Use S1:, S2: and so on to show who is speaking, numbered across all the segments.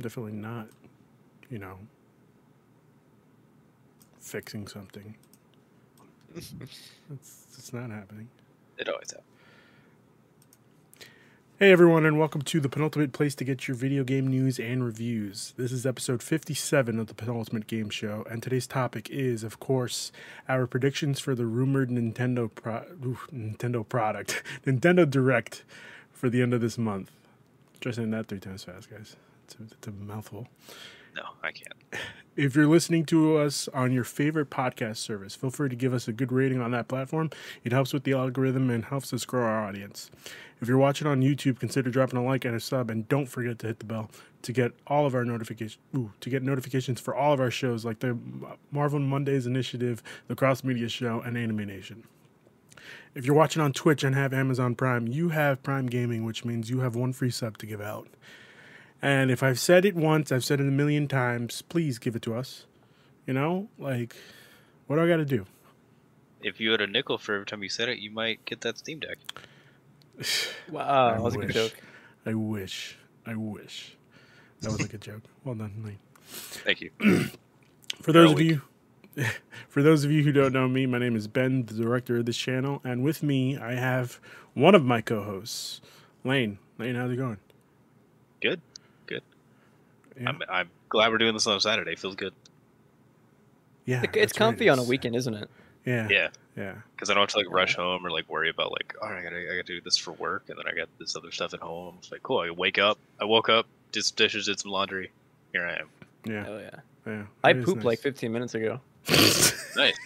S1: definitely not, you know, fixing something. it's, it's not happening.
S2: It always happens.
S1: Hey everyone, and welcome to the penultimate place to get your video game news and reviews. This is episode 57 of the penultimate game show, and today's topic is, of course, our predictions for the rumored Nintendo pro- oof, Nintendo product, Nintendo Direct, for the end of this month. Try saying that three times fast, guys. It's a, it's a mouthful.
S2: No, I can't.
S1: If you're listening to us on your favorite podcast service, feel free to give us a good rating on that platform. It helps with the algorithm and helps us grow our audience. If you're watching on YouTube, consider dropping a like and a sub, and don't forget to hit the bell to get all of our notifications. Ooh, to get notifications for all of our shows, like the Marvel Mondays Initiative, the Cross Media Show, and Anime Nation. If you're watching on Twitch and have Amazon Prime, you have Prime Gaming, which means you have one free sub to give out. And if I've said it once, I've said it a million times, please give it to us. You know, like, what do I got to do?
S2: If you had a nickel for every time you said it, you might get that Steam Deck.
S3: Wow,
S1: I
S3: that was a good
S1: wish.
S3: joke.
S1: I wish. I wish. That was like a joke. Well done, Lee.
S2: Thank you.
S1: For those of
S2: Heroic.
S1: you, for those of you who don't know me, my name is Ben, the director of this channel, and with me I have one of my co-hosts, Lane. Lane, how's it going?
S2: Good, good.
S1: Yeah.
S2: I'm, I'm glad we're doing this on Saturday. Feels good.
S1: Yeah,
S3: It-
S1: that's
S3: it's
S1: right,
S3: comfy on a
S1: it's-
S3: weekend, isn't it?
S1: Yeah, yeah,
S2: Yeah, because I don't have to like rush home or like worry about like, all right, I gotta, I gotta do this for work, and then I got this other stuff at home. It's like, cool. I wake up. I woke up, did some dishes, did some laundry. Here I am.
S1: yeah,
S3: Oh yeah.
S1: yeah.
S3: I
S1: It is
S3: pooped like
S1: nice.
S3: 15 minutes ago.
S2: Nice.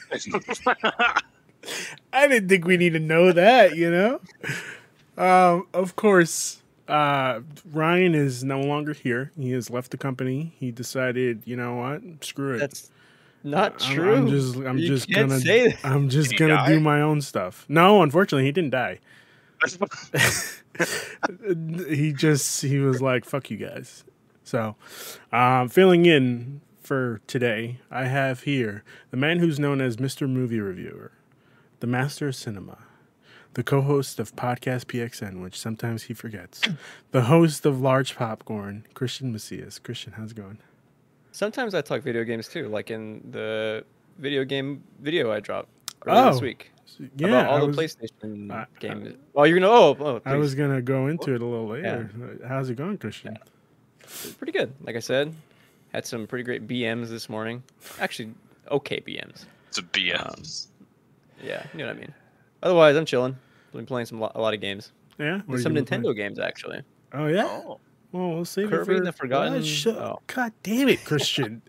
S1: I didn't think we need to know that, you know? Um, of course, uh, Ryan is no longer here. He has left the company. He decided, you know what? Screw it.
S3: That's not
S1: I'm-
S3: true.
S1: I'm just I'm
S3: You
S1: just
S3: can't
S1: gonna
S3: say that.
S1: I'm just
S2: Did he
S1: gonna do
S2: die?
S1: my own stuff. No, unfortunately, he didn't die. he just he was like fuck you guys. So, um, filling in for today, I have here the man who's known as Mr. Movie Reviewer, the master of cinema, the co-host of podcast PXN, which sometimes he forgets, the host of Large Popcorn, Christian Macias. Christian, how's it going?
S3: Sometimes I talk video games too, like in the video game video I dropped earlier
S1: Oh,
S3: this week
S1: Yeah,
S3: about all
S1: I
S3: the
S1: was-
S3: PlayStation
S1: I- I-
S3: games. Oh, you're gonna oh, oh
S1: I was gonna go into it a little
S3: Yeah.
S1: later. How's it going, Christian?
S3: pretty good. Like I said, had some pretty great BMs this morning. Actually, okay BMs.
S2: it's a BS.
S3: Yeah, you know what I mean. Otherwise, I'm chilling. Been playing some lo- a lot of games.
S1: Yeah, What have
S3: some
S1: you been playing?
S3: Nintendo games actually.
S1: Oh yeah.
S2: oh,
S1: Well, we'll save
S3: Kirby
S1: it
S3: and
S1: for
S3: the Forgotten-
S1: Well, shut-
S3: oh.
S1: God damn it, Christian.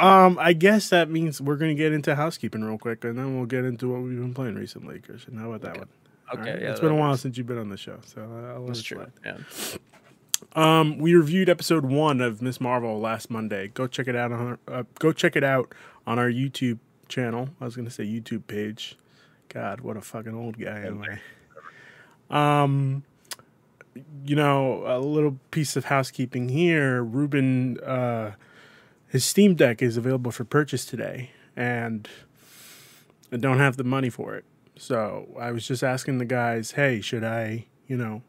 S1: um, I guess that means we're gonna get into housekeeping real quick, and then we'll get into what we've been playing recently, Christian. How about that
S3: Okay.
S1: one? All
S3: Okay,
S1: right?
S3: yeah,
S1: it's
S3: that
S1: been a while
S3: works.
S1: since you've been on the show, so uh, I'll let
S3: That's
S1: it
S3: true.
S1: slide.
S3: Yeah.
S1: Um, we reviewed episode one of Miss Marvel last Monday. Go check it out on our, uh, go check it out on our YouTube channel. I was gonna say YouTube page. God, what a fucking old guy am I? Um, you know, a little piece of housekeeping here. Ruben, uh, his Steam Deck is available for purchase today, and I don't have the money for it. So I was just asking the guys, hey, should I, you know,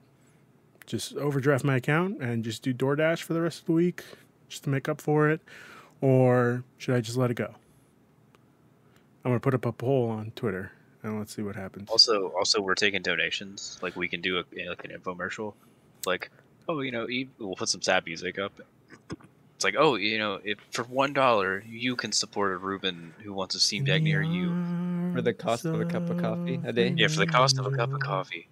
S1: just overdraft my account and just do DoorDash for the rest of the week just to make up for it? Or should I just let it go? I'm going to put up a poll on Twitter and let's see what happens.
S2: Also, also, we're taking donations. Like we can do a, you know, like an infomercial, like oh, you know, e- we'll put some sad music up. It's like oh, you know, if for one dollar you can support a Ruben who wants a Steam Deck near you.
S3: For the cost of a cup of coffee a day?
S2: Yeah, for the cost of a cup of coffee,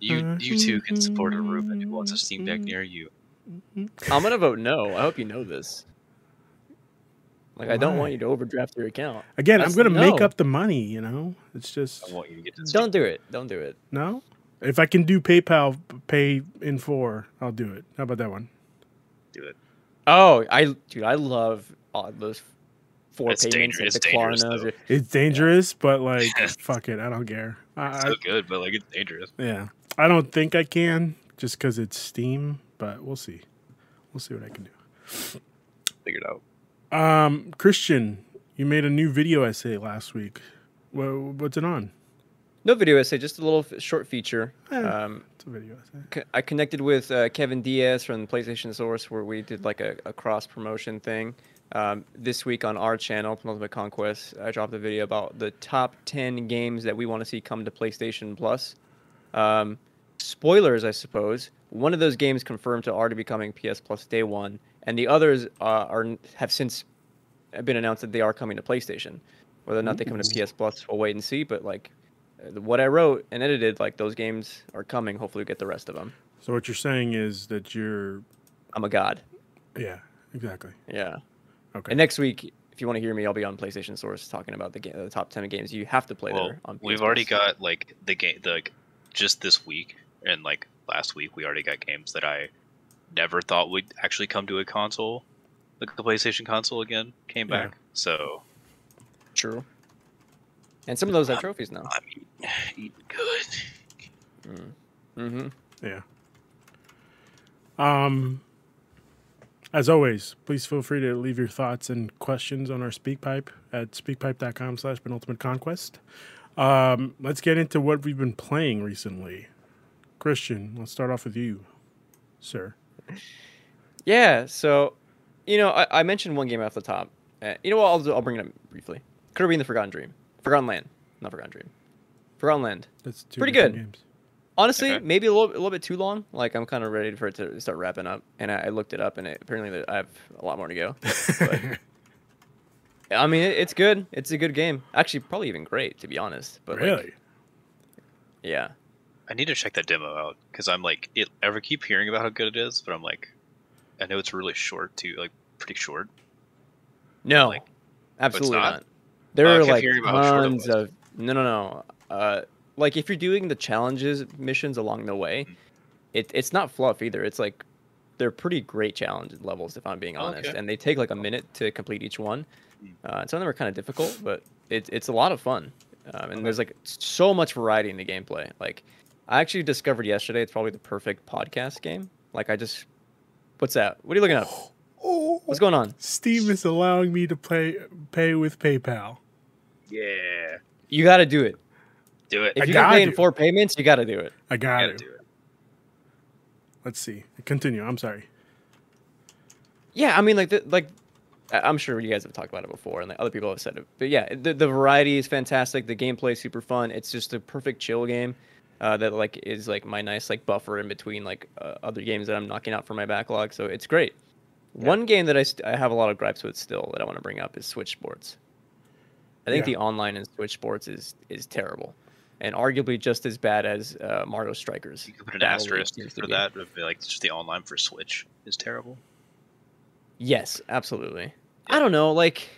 S2: you you too can support a Ruben who wants a Steam Deck near you.
S3: I'm gonna vote no. I hope you know this. Like I don't
S1: Why?
S3: want you to overdraft your account.
S1: Again,
S3: I
S1: I'm
S3: said
S1: going to make
S3: no.
S1: up the money, you know? It's just,
S2: I want you to get this.
S3: Don't do it. Don't do it.
S1: no? If I can do PayPal pay in four, I'll do it. How about that one?
S2: do it.
S3: Oh, I dude, I love all those four
S2: It's
S3: payments
S2: dangerous-
S3: at the
S2: it's dangerous,
S3: Klarna's.
S2: though.
S3: or-
S1: It's dangerous, but like, fuck it. I don't care. I,
S2: It's
S1: I,
S2: so good, but like it's dangerous.
S1: Yeah. I don't think I can just because it's Steam, but we'll see. We'll see what I can do.
S2: Figure it out.
S1: Um, Christian, you made a new video essay last week. Wha- What's it on?
S3: No video essay, just a little f- short feature.
S1: Eh.
S3: Um,
S1: It's a video essay.
S3: c- I connected with uh, Kevin Diaz from PlayStation Source, where we did like a, a cross promotion thing. Um, this week on our channel, Penultimate Conquest, I dropped a video about the top 10 games that we want to see come to PlayStation Plus. Um, spoilers, I suppose. One of those games confirmed to already be coming PS Plus day one, and the others uh, are have since been announced that they are coming to PlayStation. Whether or not they come to PS Plus, we'll wait and see. But like uh, what I wrote and edited, like those games are coming. Hopefully, we get the rest of them.
S1: So what you're saying is that you're
S3: I'm a god.
S1: yeah exactly
S3: Yeah.
S1: okay.
S3: And next week, if you want to hear me, I'll be on PlayStation Source talking about the, ga- the top ten games you have to play
S2: Well,
S3: there. On PS
S2: we've already
S3: Plus.
S2: got like the game, like just this week and like last week, we already got games that I never thought would actually come to a console. Like the PlayStation console again came
S1: Yeah.
S2: back. So
S3: true. And some of those have trophies now.
S2: I'm eating, eating good.
S3: Mm-hmm.
S1: Yeah. Um, as always, please feel free to leave your thoughts and questions on our SpeakPipe at speakpipe.com slash penultimate conquest. Um, let's get into what we've been playing recently. Christian, let's start off with you, sir.
S3: Yeah. So, you know, I, I mentioned one game off the top. Uh, you know what? I'll, do- I'll bring it up briefly. Kirby and the Forgotten Dream. Forgotten Land. Not Forgotten Dream. Forgotten Land.
S1: That's two
S3: Pretty
S1: different
S3: good.
S1: Games.
S3: Honestly,
S2: Okay.
S3: maybe a little, a little bit too long. Like I'm kind of ready for it to start wrapping up, and I, I looked it up, and it, apparently there- I have a lot more to go. But, I mean, it, it's good. It's a good game. Actually, probably even great to be honest. But like,
S1: really?
S3: yeah.
S2: I need to check that demo out because I'm like, it, I keep hearing about how good it is, but I'm like, I know it's really short too, like pretty short.
S3: No,
S2: Like,
S3: absolutely
S2: not?
S3: not? There
S2: Oh, I
S3: are
S2: kept
S3: like
S2: hearing about how short it
S3: tons
S2: was.
S3: of no, no, no. Uh, like if you're doing the challenges missions along the way,
S2: Mm-hmm.
S3: it, it's not fluff either. It's like they're pretty great challenge levels if I'm being honest,
S2: Oh, Okay.
S3: and they take like a minute to complete each one.
S2: Mm.
S3: Uh, and some of them are kind of difficult, but it's it's a lot of fun. Um, and there's like so much variety in the gameplay. Like I actually discovered yesterday, it's probably the perfect podcast game. Like I just, what's that? What are you looking up?
S1: Oh,
S3: What's going on?
S1: Steam is allowing me to play pay with PayPal.
S2: Yeah,
S3: You got to do it.
S2: do it.
S1: I
S3: If you're
S1: gotta
S3: paying
S1: do it.
S3: four payments, you got to do it.
S1: I
S2: I
S1: got
S2: gotta
S1: it.
S2: do it.
S1: Let's see. Continue. I'm sorry.
S3: Yeah, I mean, like, the, like, I- I'm sure you guys have talked about it before, and like, other people have said it. But yeah, the, the variety is fantastic. The gameplay is super fun. It's just a perfect chill game uh, that like is like my nice like buffer in between like uh, other games that I'm knocking out from my backlog. So it's great. One game that I, st- I have a lot of gripes with still that I want to bring up is Switch Sports. I think
S1: Yeah.
S3: the online in Switch Sports is is terrible, and arguably just as bad as uh, Mario Strikers.
S2: You could put an
S3: Battle League
S2: asterisk
S3: seems to
S2: for
S3: be.
S2: that. It'd be like just the online for Switch is terrible.
S3: Yes, absolutely. I don't know, like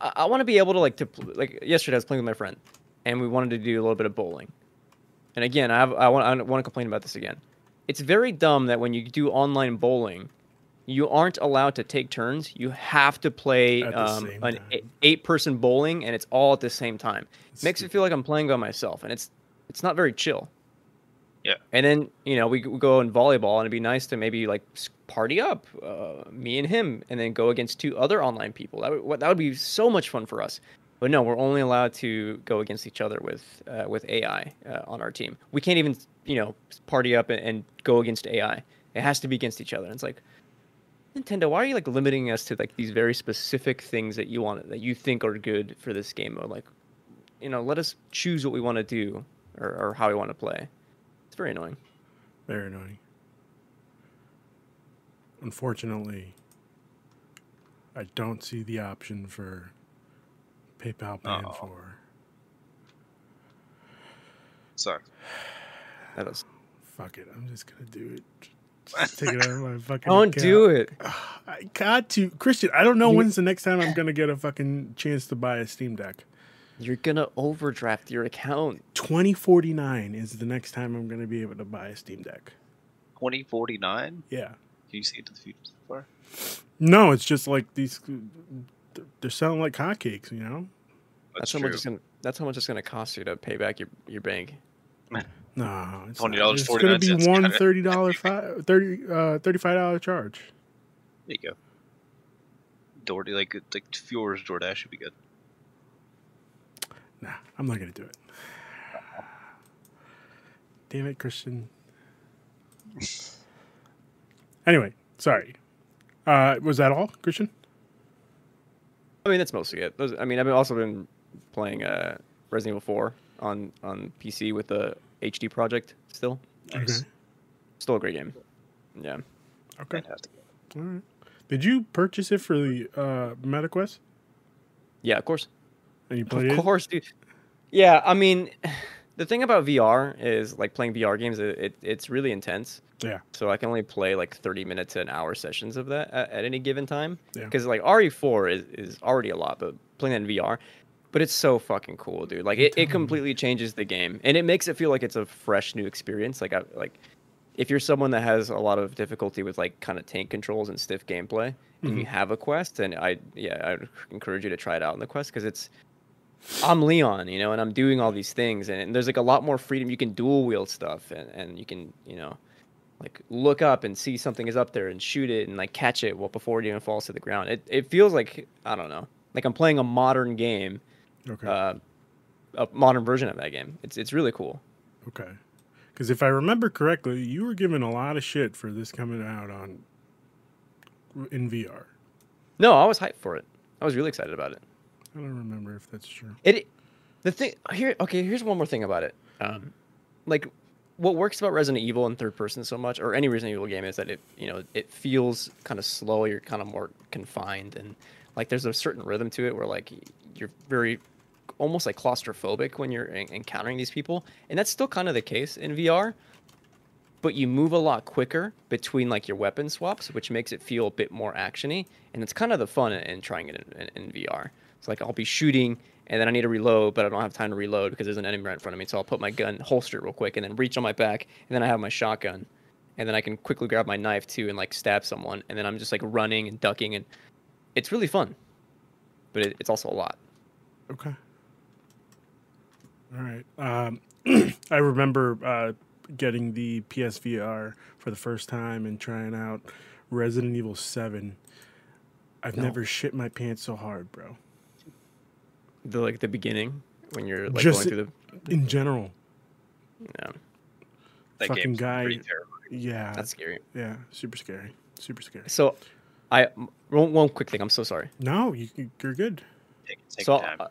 S3: I, I want to be able to like to pl- like yesterday I was playing with my friend and we wanted to do a little bit of bowling. And again, I have, I want I want to complain about this again. It's very dumb that when you do online bowling, you aren't allowed to take turns. You have to play
S1: At the
S3: um,
S1: same
S3: an
S1: time.
S3: e- eight-person bowling, and it's all at the same time.
S1: It's
S3: Makes it feel like I'm playing by myself, and it's it's not very chill.
S2: Yeah.
S3: And then you know we g- go in volleyball, and it'd be nice to maybe like s- party up, uh, me and him, and then go against two other online people. That would what- that would be so much fun for us. But no, we're only allowed to go against each other with uh, with AI uh, on our team. We can't even you know s- party up and, and go against AI. It has to be against each other. And it's like Nintendo, why are you like limiting us to like these very specific things that you want that you think are good for this game mode? Like, you know, let us choose what we want to do or, or how we want to play. It's very annoying.
S1: Very annoying. Unfortunately, I don't see the option for PayPal paying
S2: Uh-oh.
S1: for
S2: Sucks.
S3: That is,
S1: fuck it. I'm just gonna do it. Just take it out of my fucking.
S3: don't do it.
S1: I got to Christian. I don't know
S3: You-
S1: when's the next time I'm gonna get a fucking chance to buy a Steam Deck.
S3: You're gonna overdraft your account.
S1: 2049 is the next time I'm gonna be able to buy a Steam Deck.
S2: Twenty forty nine.
S1: Yeah.
S2: Can you see into the future so far?
S1: No, it's just like these. They're selling like hotcakes, you know.
S3: That's,
S2: That's,
S3: how much
S2: true.
S3: it's gonna. That's how much it's gonna cost you to pay back your, your bank.
S1: No, it's
S2: $20,
S1: not. It's going to
S2: 49
S1: be
S2: cents.
S1: one thirty dollar five thirty uh thirty five dollar charge.
S2: There you go. Door like like viewers DoorDash should be good.
S1: Nah, I'm not going to do it. Damn it, Christian. anyway, sorry. Uh, was that all, Christian?
S3: I mean, that's mostly it. Those, I mean, I've been- also been playing uh, Resident Evil 4 on on PC with the HD project. Still,
S2: Nice.
S3: still a great game. Yeah.
S1: Okay.
S2: Fantastic.
S1: All right. Did you purchase it for the uh, MetaQuest?
S3: Yeah, of course.
S1: And you played
S3: Of
S1: Oh, it?
S3: course, dude. Yeah, I mean, the thing about VR is like playing VR games. It, it it's really intense.
S1: Yeah.
S3: So I can only play like 30 minutes to an hour sessions of that at, at any given time.
S1: Yeah.
S3: Because like RE4 is, is already a lot, but playing that in VR, but it's so fucking cool, dude. Like it, it completely changes the game and it makes it feel like it's a fresh new experience. Like I like if you're someone that has a lot of difficulty with like kind of tank controls and stiff gameplay and you have a quest, then I yeah, I would encourage you to try it out in the quest because it's I'm Leon, you know, and I'm doing all these things, and, and there's like a lot more freedom. You can dual wield stuff, and, and you can, you know, like look up and see something is up there and shoot it and like catch it well before it even falls to the ground. It it feels like I don't know, like I'm playing a modern game,
S1: Okay.
S3: uh, a modern version of that game. It's it's really cool.
S1: okay. Because if I remember correctly, you were given a lot of shit for this coming out on in VR.
S3: No, I was hyped for it. I was really excited about it.
S1: I don't remember if that's true.
S3: It the thing here. Okay, here's one more thing about it. Um, like what works about Resident Evil in third person so much, or any Resident Evil game, is that it you know it feels kind of slow. You're kind of more confined, and like there's a certain rhythm to it where like you're very almost like claustrophobic when you're en- encountering these people, and that's still kind of the case in VR. But you move a lot quicker between like your weapon swaps, which makes it feel a bit more actiony, and it's kind of the fun in, in trying it in, in, in VR. It's like I'll be shooting, and then I need to reload, but I don't have time to reload because there's an enemy right in front of me. So I'll put my gun holster it real quick, and then reach on my back, and then I have my shotgun, and then I can quickly grab my knife too and like stab someone, and then I'm just like running and ducking, and it's really fun, but it, it's also a lot.
S1: Okay. All right. Um, I remember uh, getting the PSVR for the first time and trying out Resident Evil 7. I've
S3: No.
S1: never shit my pants so hard, bro.
S3: The like the beginning when you're like
S1: Just-
S3: going through
S1: In general.
S3: the yeah,
S2: That
S1: Fucking
S2: game's
S1: guy-
S2: pretty terrifying.
S1: Yeah.
S3: that's scary.
S1: yeah. Super scary. Super scary.
S3: So, I m- one, one quick thing. I'm so sorry.
S1: No, you, you're good.
S2: Take, take
S3: so
S2: your time.
S3: uh,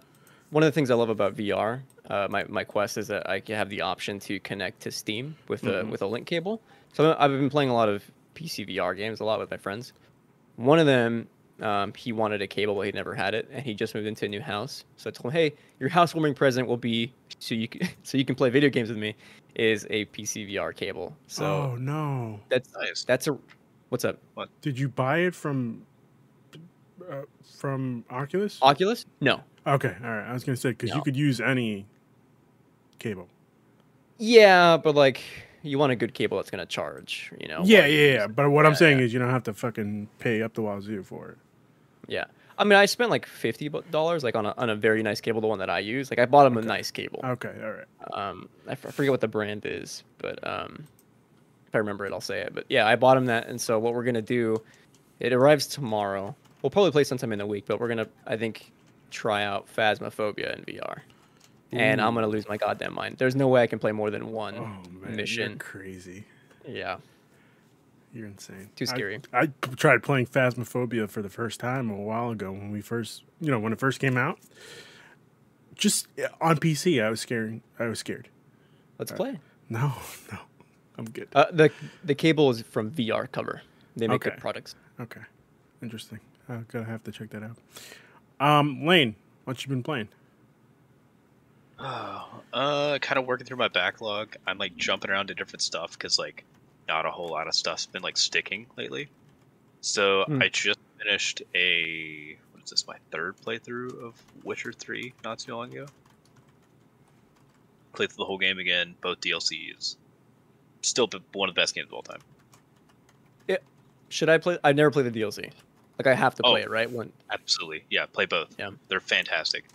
S3: one of the things I love about VR, uh, my my Quest is that I can have the option to connect to Steam with a
S1: Mm-hmm.
S3: with a link cable. So I've been playing a lot of PC VR games, a lot with my friends. One of them, um, he wanted a cable, but he never had it, and he just moved into a new house. So I told him, "Hey, your housewarming present will be so you can, so you can play video games with me, is a PC VR cable." So
S1: oh, no.
S3: that's
S2: nice.
S3: that's a what's up
S1: Did you buy it from uh, from Oculus?
S3: Oculus? No,
S1: okay. All right. I was going to say, because you
S3: No.
S1: could use any cable.
S3: Yeah, but like you want a good cable that's gonna charge, you know.
S1: Yeah,
S3: while you
S1: yeah,
S3: use
S1: yeah.
S3: it.
S1: But what I'm
S3: Yeah,
S1: saying
S3: yeah.
S1: is, you don't have to fucking pay up the wazoo for it.
S3: yeah. I mean, I spent like fifty bu- dollars, like on a on a very nice cable, the one that I use. Like I bought him a nice cable.
S1: Okay, all right.
S3: Um, I f- I forget what the brand is, but um, if I remember it, I'll say it. But yeah, I bought him that, and so what we're gonna do, it arrives tomorrow. We'll probably play sometime in the week, but we're gonna, I think, try out Phasmophobia in VR. And I'm gonna lose my goddamn mind. There's no way I can play more than one
S1: Oh man, you're
S3: mission.
S1: crazy.
S3: Yeah.
S1: You're insane.
S3: Too
S1: I-
S3: scary.
S1: I, p- tried playing Phasmophobia for the first time a while ago when we first, you know, when it first came out. Just uh, on PC, I was scared. I was scared.
S3: Let's play.
S1: No, no, I'm good.
S3: Uh, the the cable is from VR cover. They make
S1: Okay.
S3: good products.
S1: Okay, interesting. I'm gonna have to check that out. Um, Lane, what you been playing?
S2: Oh, uh, kind of working through my backlog. I'm like jumping around to different stuff because like not a whole lot of stuff's been like sticking lately. So
S3: Hmm.
S2: I just finished a what is this my third playthrough of Witcher Three not too long ago. Played through the whole game again, both DLCs. Still b- one of the best games of all time.
S3: Should I play? I've never played the DLC. Like I have to play
S2: Oh.
S3: it, right? One.
S2: Absolutely, yeah. Play both.
S3: Yeah.
S2: they're fantastic.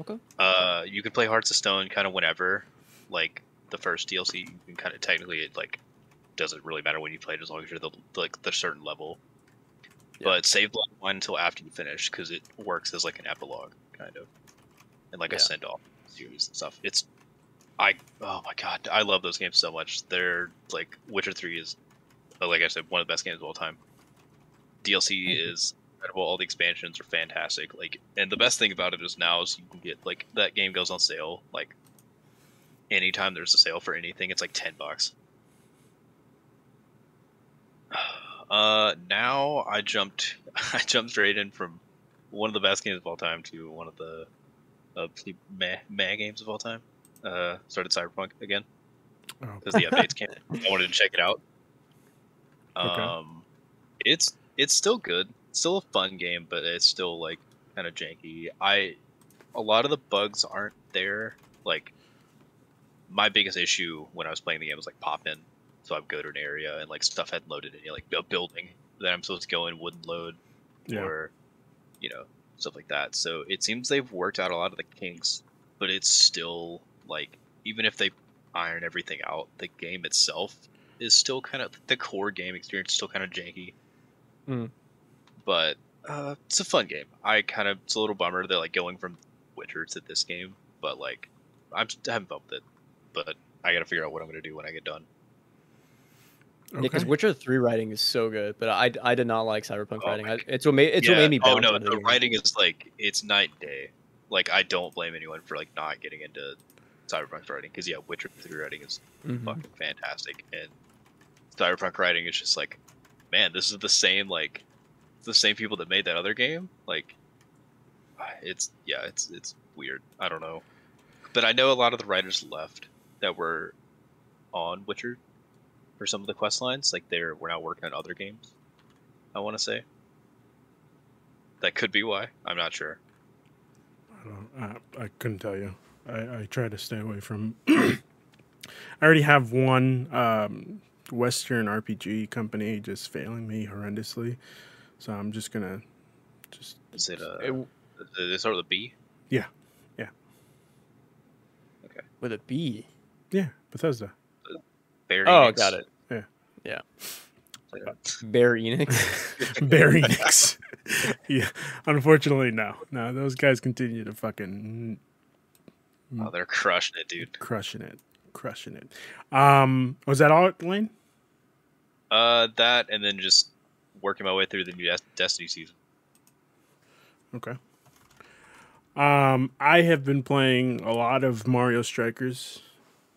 S3: Okay.
S2: Uh, you can play Hearts of Stone kind of whenever, like the first DLC. You can kind of technically it like doesn't really matter when you play it as long as you're the like the certain level.
S3: Yeah.
S2: But save Blood One until after you finish because it works as like an epilogue kind of, and like
S3: Yeah.
S2: a send off series and stuff. It's I oh my god, I love those games so much. They're like Witcher Three is, uh, like I said, one of the best games of all time. DLC
S3: Mm-hmm.
S2: is incredible. All the expansions are fantastic. Like, and the best thing about it is now is you can get like that game goes on sale like anytime there's a sale for anything. It's like ten bucks. Uh, now I jumped, I jumped straight in from one of the best games of all time to one of the uh, pretty meh, meh games of all time. Uh, started Cyberpunk again
S1: Oh,
S2: because the updates came. I wanted to check it out. Um,
S1: Okay.
S2: it's it's still good, it's still a fun game, but it's still like kind of janky. I a lot of the bugs aren't there. Like my biggest issue when I was playing the game was like pop in, so I'd go to an area and like stuff hadn't loaded in, like a building that I'm supposed to go in wouldn't load,
S1: yeah.
S2: or you know stuff like that. So it seems they've worked out a lot of the kinks, but it's still like even if they iron everything out, the game itself is still kind of the core game experience is still kind of janky.
S3: Mm.
S2: But uh, it's a fun game. I kind of it's a little bummer that like going from Witcher to this game, but like I'm having fun with it. But I gotta figure out what I'm gonna do when I get done.
S3: because
S1: Okay.
S3: Witcher Three writing is so good, but I, I did not like Cyberpunk
S2: Oh
S3: writing.
S2: my
S3: I, it's what made it's what made me.
S2: Oh
S3: bounce out
S2: no,
S3: of the
S2: the
S3: game.
S2: writing is like it's night and day. Like I don't blame anyone for like not getting into Cyberpunk's writing because yeah, Witcher Three writing is
S3: Mhm.
S2: fucking fantastic, and Cyberpunk writing is just like, man, this is the same like the same people that made that other game. Like, it's yeah, it's it's weird. I don't know, but I know a lot of the writers left that were on Witcher for some of the quest lines. Like they're we're now working on other games. I want to say that could be why. I'm not sure.
S1: I, don't, Uh, I, I couldn't tell you. I, I try to stay away from. I already have one um, Western RPG company just failing me horrendously, so I'm just gonna just
S2: Is it uh?
S3: It w-
S2: Did it start with a B?
S3: with a B.
S1: yeah Bethesda.
S2: Barry
S3: Oh,
S2: Enix?
S3: got it.
S1: Yeah.
S3: Yeah.
S2: Like that.
S3: Bear Enix.
S1: Barry Nix. yeah, unfortunately, no, no. Those guys continue to fucking
S2: Oh, they're crushing it, dude.
S1: crushing it, crushing it. Um, was that all, Lane?
S2: Uh, that and then just working my way through the new Des- Destiny season.
S1: Okay. Um, I have been playing a lot of Mario Strikers,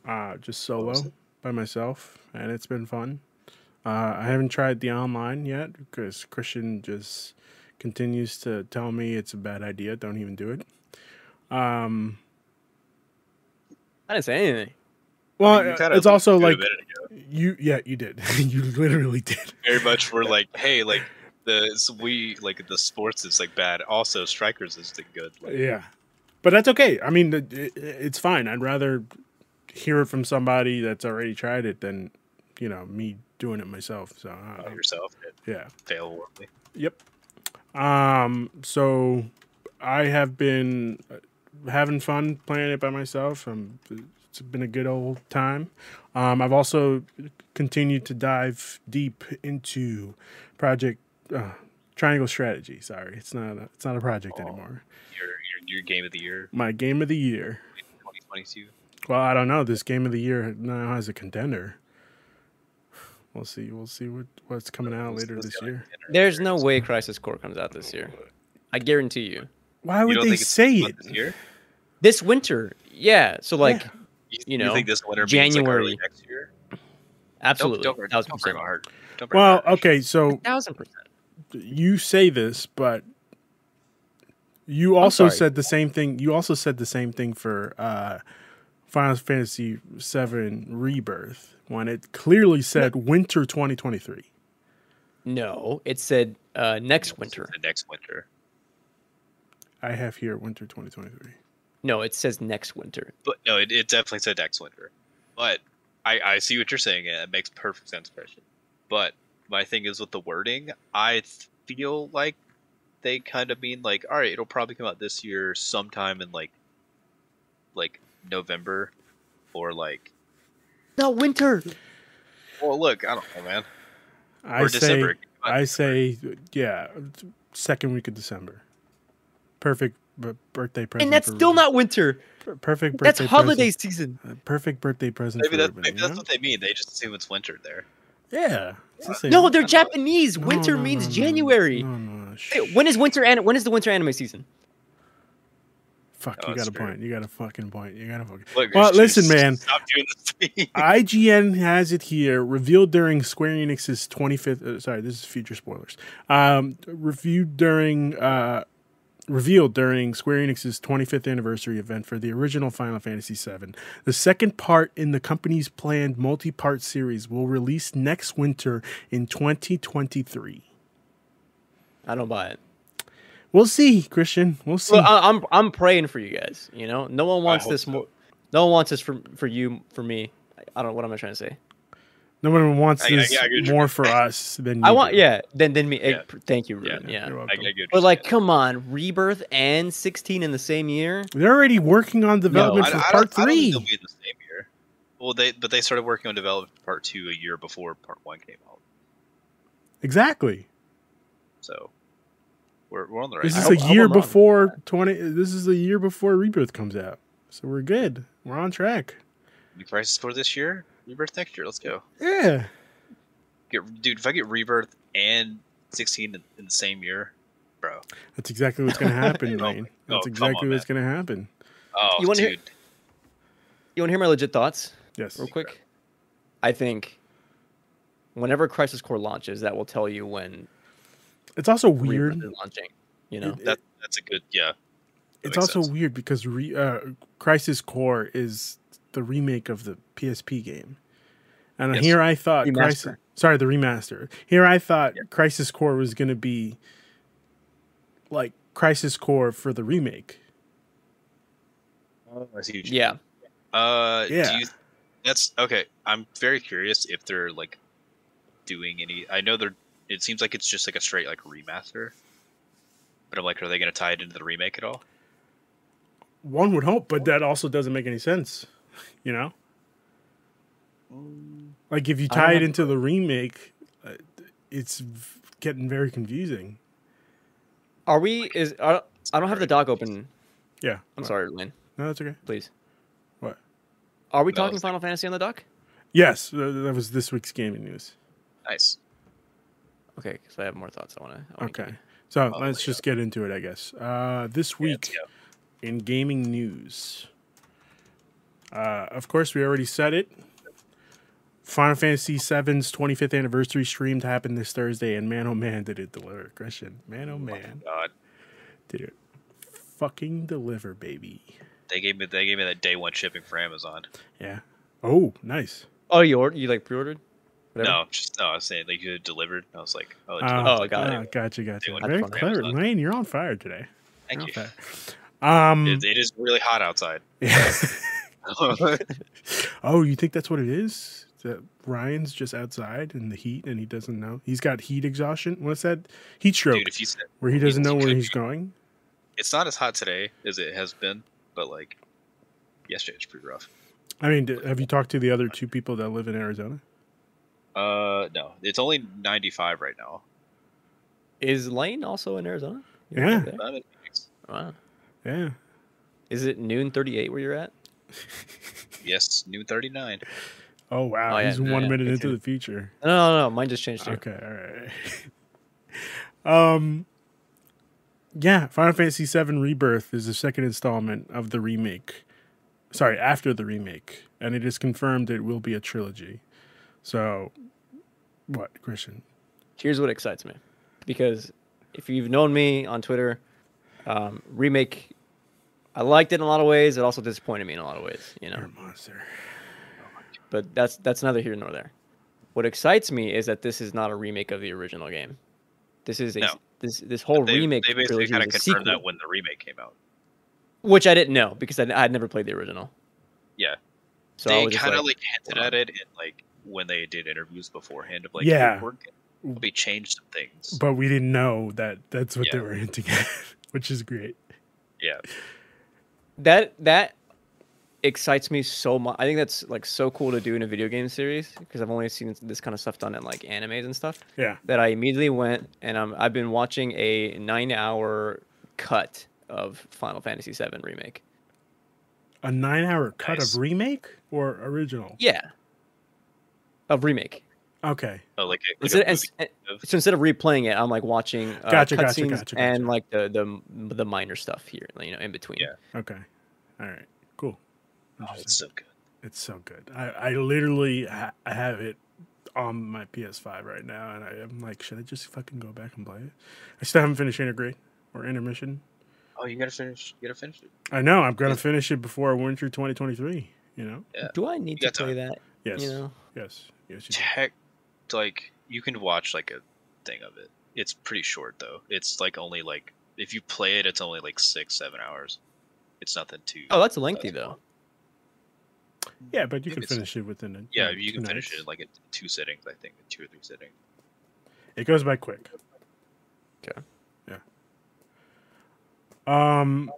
S1: uh, just solo
S2: Awesome.
S1: by myself, and it's been fun. Uh, I haven't tried the online yet because Christian just continues to tell me it's a bad idea. Don't even do it. Um,
S3: I didn't say anything.
S1: well,
S2: You kinda
S1: it's also
S2: alluded
S1: like
S2: to it a minute ago.
S1: you. Yeah, you did. you literally did.
S2: very much we're like, hey, like the so we like the sports is like bad. Also, strikers is the good. Like,
S1: Yeah, but that's okay. I mean, it, it- it's fine. I'd rather hear it from somebody that's already tried it than you know me doing it myself. So I
S2: about
S1: don't know.
S2: yourself and
S1: yeah,
S2: fail horribly.
S1: yep. Um, so I have been uh, having fun playing it by myself. Um, it's been a good old time. Um, I've also continued to dive deep into Project uh, Triangle Strategy. Sorry, it's not a, it's not a project
S2: Oh.
S1: anymore.
S2: Your, your your game of the year,
S1: My game of the year
S2: 2022.
S1: Well, I don't know. This game of the year now has a contender. We'll see. We'll see what, what's coming out
S2: Let's-
S1: later
S2: let's
S1: this
S2: go.
S1: year.
S3: There's no way Crisis Core comes out this year. I guarantee you.
S1: Why
S2: You
S1: would
S2: don't
S1: they
S2: think it's
S1: say it?
S2: This year?
S3: This winter, yeah. So like,
S2: You,
S3: You
S2: you
S3: know,
S2: think this winter means, like, early
S3: January.
S2: next year?
S3: absolutely,
S2: Don't, don't, break-
S3: thousand
S2: don't break
S3: percent,
S2: my heart. Don't break my
S1: Well, uh,
S2: heart.
S1: okay. So
S3: thousand percent.
S1: you say this, but you also
S3: sorry.
S1: said the same thing. You also said the same thing for uh, Final Fantasy VII Rebirth when it clearly said winter 2023.
S3: No, it said uh, next winter.
S2: The next winter.
S1: I have here winter 2023.
S3: No, it says next winter.
S2: But no, it, it definitely said Dex Winter. But I, I see what you're saying, and it makes perfect sense, Christian. But my thing is with the wording, I th- feel like they kind of mean like, all right, it'll probably come out this year sometime in like, like November, or like,
S3: No winter.
S2: well, look, I don't know, man,
S1: I
S2: or
S1: say,
S2: December.
S1: I say, yeah, second week of December. Perfect b- birthday present.
S3: And that's
S1: for
S3: still
S1: Ruben.
S3: not winter.
S1: Per- perfect birthday.
S3: That's holiday
S1: Present,
S3: season.
S1: uh, perfect birthday present.
S2: Maybe
S1: for
S2: that's
S1: Ruben,
S2: maybe
S1: you
S2: that's
S1: know?
S2: what they mean. They just assume it's winter there.
S1: Yeah. it's the same.
S3: No, they're
S2: No,
S3: Japanese.
S1: No,
S3: Winter
S1: no, no,
S3: means
S1: no,
S3: January.
S1: No, no, no.
S3: Hey, When is winter? An- when is the winter anime season?
S1: Fuck,
S2: Oh,
S1: you got
S2: that's
S1: a
S2: true.
S1: point. You got a fucking point. You got a fucking.
S2: Look,
S1: Well,
S2: it's just-
S1: listen, man.
S2: Stop doing this to me.
S1: IGN has it here revealed during Square Enix's 25th. Uh, sorry, this is future spoilers. Um, reviewed during uh, revealed during Square Enix's 25th anniversary event for the original Final Fantasy VII. The second part in the company's planned multi-part series will release next winter in 2023.
S3: I don't buy it.
S1: We'll see, Christian. We'll see.
S3: Well,
S2: uh,
S3: I, I'm I'm praying for you guys. You know, no one wants
S2: hope
S3: this more. No one wants this for for you for me. I- I don't. What am I trying to say?
S1: no one wants
S2: I- I-
S1: this
S2: I agree.
S1: more for us than
S3: I
S1: you
S3: want
S1: do.
S3: yeah. Then then me. eh,
S2: Yeah.
S3: pr- Thank you, Ruben.
S1: Yeah,
S3: Yeah.
S1: you're welcome.
S2: I, I get
S3: But like, come on, rebirth and 16 in the same year.
S1: They're already working on development
S2: I,
S1: for
S2: I
S1: part
S2: don't, I don't think
S1: three.
S2: they'll be in the same year. Well, they but they started working on development part two a year before part one came out.
S1: Exactly.
S2: So we're, we're on the right.
S1: This
S3: I
S1: is
S2: track.
S3: hope- I
S1: a
S3: hope
S1: year
S3: I'm wrong.
S1: before twenty. This is a year before Rebirth comes out, so we're good. We're on track.
S2: New Crisis for this year, Rebirth next year. Let's go.
S1: Yeah,
S2: Get dude, if I get Rebirth and sixteen in, in the same year, bro.
S1: that's exactly what's going to happen,
S2: Oh,
S1: Lane.
S2: oh,
S1: That's
S2: come
S1: exactly
S2: on,
S1: what's going to happen.
S2: Oh,
S3: You wanna hear-
S2: dude,
S3: You want to hear my legit thoughts?
S1: Yes.
S3: real quick. I think whenever Crisis Core launches, that will tell you when
S1: It's also
S3: Rebirth
S1: weird.
S3: is launching. You know,
S1: It-
S2: that, that's a good yeah. that
S1: it's
S2: makes
S1: also
S2: sense.
S1: weird because re, uh, Crisis Core is the remake of the PSP game, and
S2: Yes.
S1: here I thought
S3: Remaster.
S1: Crisis. Sorry, the remaster. Here I thought Crisis Core was going to be like Crisis Core for the remake.
S2: Oh, that's huge.
S3: yeah.
S2: Uh,
S1: Yeah.
S2: Do you, that's okay. I'm very curious if they're like doing any. I know they're. It seems like it's just like a straight like remaster. But I'm like, are they going to tie it into the remake at all?
S1: One would hope, but that also doesn't make any sense. You know. Like if you
S3: I don't
S1: tie it
S3: have-
S1: into the remake, uh, it's v- getting very confusing.
S3: Are we? Is are, I don't have the doc open.
S1: Yeah.
S3: I'm
S1: What?
S3: sorry, Lynn.
S1: No, that's okay.
S3: Please.
S1: What?
S3: Are we
S2: No,
S3: talking
S2: it's-
S3: Final Fantasy on the doc?
S1: Yes, th- that was this week's gaming news.
S2: Nice.
S3: Okay, because I have more thoughts. I want to.
S1: Okay. So
S2: Oh,
S1: let's
S2: yeah.
S1: just get into it, I guess. Uh, this
S2: Yeah, let's
S1: week in gaming news, uh, of course, we already said it. Final Fantasy VII's 25th anniversary stream happened this Thursday, and man, oh man, did it deliver, Christian. Man, oh man,
S2: go. God,
S1: did it fucking deliver, baby.
S2: they gave me they gave me that day one shipping for Amazon.
S1: Yeah. Oh, nice.
S3: Oh, you ordered? You like pre-ordered? Whatever.
S2: No, just no. I was saying like you had delivered. and I was like, oh, it delivered.
S1: Uh,
S3: Oh, got it.
S1: uh, Gotcha, gotcha.
S2: They went
S1: Very
S2: from
S1: clever.
S2: Amazon.
S1: Lane, you're on fire today.
S2: thank you.
S1: You're on fire. Um,
S2: It, it is really hot outside.
S1: oh, you think that's what it is? That Ryan's just outside in the heat and he doesn't know? He's got heat exhaustion. What's that? Heat stroke,
S2: Dude, if you said
S1: where he doesn't
S2: heat
S1: know where
S2: stroke.
S1: he's going.
S2: it's not as hot today as it has been, but like yesterday was pretty rough.
S1: I mean, d- have you talked to the other two people that live in Arizona?
S2: Uh, no, it's only 95 right now.
S3: Is Lane also in Arizona? You
S1: Yeah.
S3: live there?
S2: I'm in Phoenix.
S3: Wow.
S1: Yeah.
S3: Is it noon 38 where you're at?
S2: Yes, noon 39.
S1: Oh, wow.
S3: Oh, yeah,
S1: he's
S3: no,
S1: one
S3: yeah,
S1: minute
S3: me
S1: into
S3: too.
S1: the future.
S3: No, no, no. Mine just changed too.
S1: Okay, all right. um, yeah, Final Fantasy VII Rebirth is the second installment of the remake. Sorry, after the remake, and it is confirmed it will be a trilogy. So, what, Christian?
S3: here's what excites me because if you've known me on twitter um, remake i liked it in a lot of ways it also disappointed me in a lot of ways you
S1: You're a
S3: know
S1: monster.
S3: but that's that's neither here nor there what excites me is that this is not a remake of the original game this is a
S2: No.
S3: this this whole
S2: they,
S3: remake
S2: they basically
S3: trilogy
S2: kind of
S3: was a
S2: confirmed that
S3: sequel,
S2: when the remake came out.
S3: which i didn't know because i I had never played the original
S2: Yeah.
S3: so I
S2: they
S3: was just
S2: kind of
S3: like,
S2: like, hinted
S3: wow.
S2: at it in like when they did interviews beforehand of like,
S1: Yeah.
S2: hey, we're gonna be changed some things.
S1: But we didn't know that that's what they
S2: Yeah.
S1: were hinting at, which is great.
S2: yeah.
S3: that that excites me so much. I think that's like so cool to do in a video game series because I've only seen this kind of stuff done in like animes and stuff.
S1: Yeah.
S3: That I immediately went and um, I've been watching a nine-hour cut of Final Fantasy VII remake.
S1: A nine-hour cut
S2: Nice.
S1: of remake or original?
S3: Yeah. Of remake.
S1: Okay,
S2: Oh, like, a, like
S3: Instead,
S2: a movie.
S3: and-
S2: of- Oh,
S3: so instead of replaying it, I'm like watching uh,
S1: Gotcha, gotcha,
S3: cutscenes
S1: gotcha, gotcha.
S3: and like the, the the minor stuff here, you know, in between.
S2: Yeah.
S1: okay, all right, cool.
S2: Oh,
S1: Interesting.
S2: it's so good.
S1: It's so good. I, I literally ha- I have it on my PS5 right now, and I, I'm like, should I just fucking go back and play it? I still haven't finished Integrate or Intermission.
S2: Oh, you gotta finish. You gotta finish it.
S1: I know I'm gonna finish it before Winter 2023. You know?
S3: Do I need
S2: You
S3: to
S2: got
S3: play that?
S1: Yes.
S3: You know,
S1: Yes. Yes. You do.
S2: Tech, like you can watch like a thing of it. It's pretty short though. It's like only like if you play it, it's only like six, seven hours. It's nothing too.
S3: oh, that's lengthy though.
S1: Yeah, but you
S2: think
S1: can
S2: it's-
S1: finish it within. A,
S2: Yeah,
S1: like,
S2: you
S1: two
S2: can finish
S1: nights.
S2: it in like in two sittings. I think two or three sittings.
S1: It goes by quick.
S3: 'Kay.
S1: Yeah. Um,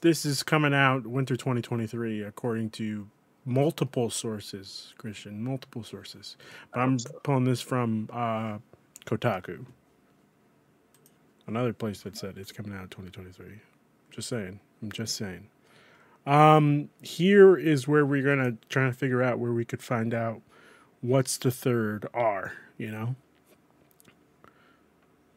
S1: this is coming out winter 2023, according to multiple sources, Christian, multiple sources. But I'm pulling this from uh, Kotaku, another place that said it's coming out in 2023. Just saying. I'm just saying. Um, here is where we're gonna try to figure out where we could find out what's the third R. You know.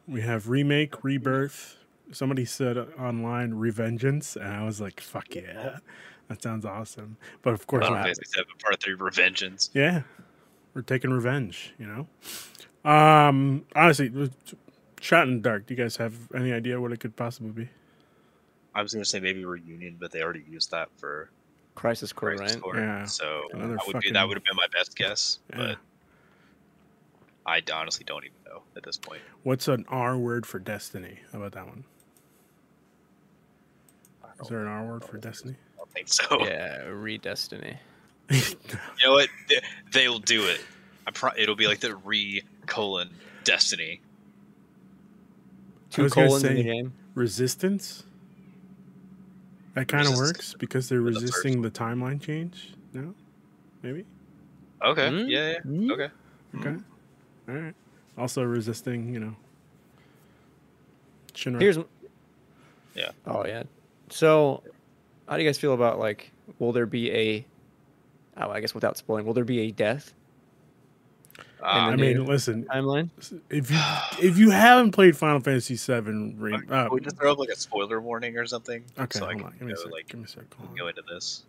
S1: We have remake, rebirth. Somebody said online revengeance, and I was like, "Fuck yeah, that sounds awesome!" But of course,
S2: Final
S1: not.
S2: Fantasy VII Part Three: Revengeance.
S1: Yeah. We're taking revenge, you know? Um honestly, it was- shot in the dark. Do you guys have any idea what it could possibly be?
S2: I was gonna say maybe Reunion, but they already used that for
S3: Crisis Core,
S2: Crisis
S3: right?
S2: Core.
S1: Yeah.
S2: So
S1: Another
S2: that would be
S1: fucking-
S2: that would have been my best guess,
S1: Yeah.
S2: but I honestly don't even know at this point.
S1: What's an R word for destiny? How about that one? Is there an R word for destiny?
S2: I don't think so.
S3: Yeah, Redestiny.
S2: You know what? They, they'll do it. I pro- it'll be like the re colon destiny.
S3: Two
S1: was gonna
S3: colons in the
S1: say-
S3: game.
S1: Resistance? That kind of
S2: Resistance.
S1: works because they're
S2: That's the first
S1: resisting the timeline change? No? Maybe?
S2: Okay.
S3: Hmm?
S2: Yeah,
S3: Hmm?
S2: yeah. Okay.
S1: Okay. All right. Also resisting, you know. Shinra.
S3: Here's.
S2: Yeah.
S3: Oh yeah. So, how do you guys feel about like? Will there be a? Oh, I guess without spoiling, will there be a death
S2: Uh,
S1: I
S3: And
S1: mean, listen,
S3: timeline?
S1: if you if you haven't played Final Fantasy VII, re- uh,
S2: can we just throw up like a spoiler warning or something.
S1: okay,
S2: So I
S1: hold
S2: can
S1: on, give me a
S2: go,
S1: sec,
S2: like
S1: give me a sec, hold on.
S2: go into this.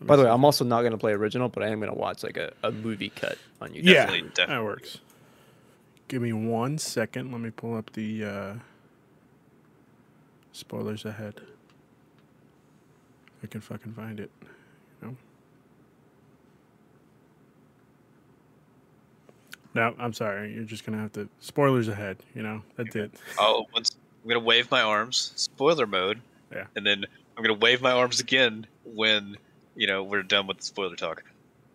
S1: Let me
S3: By the way,
S1: see.
S3: I'm also not gonna play original, but I am gonna watch like a, a movie cut on YouTube.
S1: yeah,
S2: definitely-
S1: that
S2: definitely.
S1: works. Give me one second. Let me pull up the uh, spoilers ahead. I can fucking find it. You know? No, I'm sorry. You're just gonna have to spoilers ahead. You know that's it.
S2: Oh, once I'm gonna wave my arms, spoiler mode.
S1: Yeah.
S2: And then I'm gonna wave my arms again when you know we're done with the spoiler talk.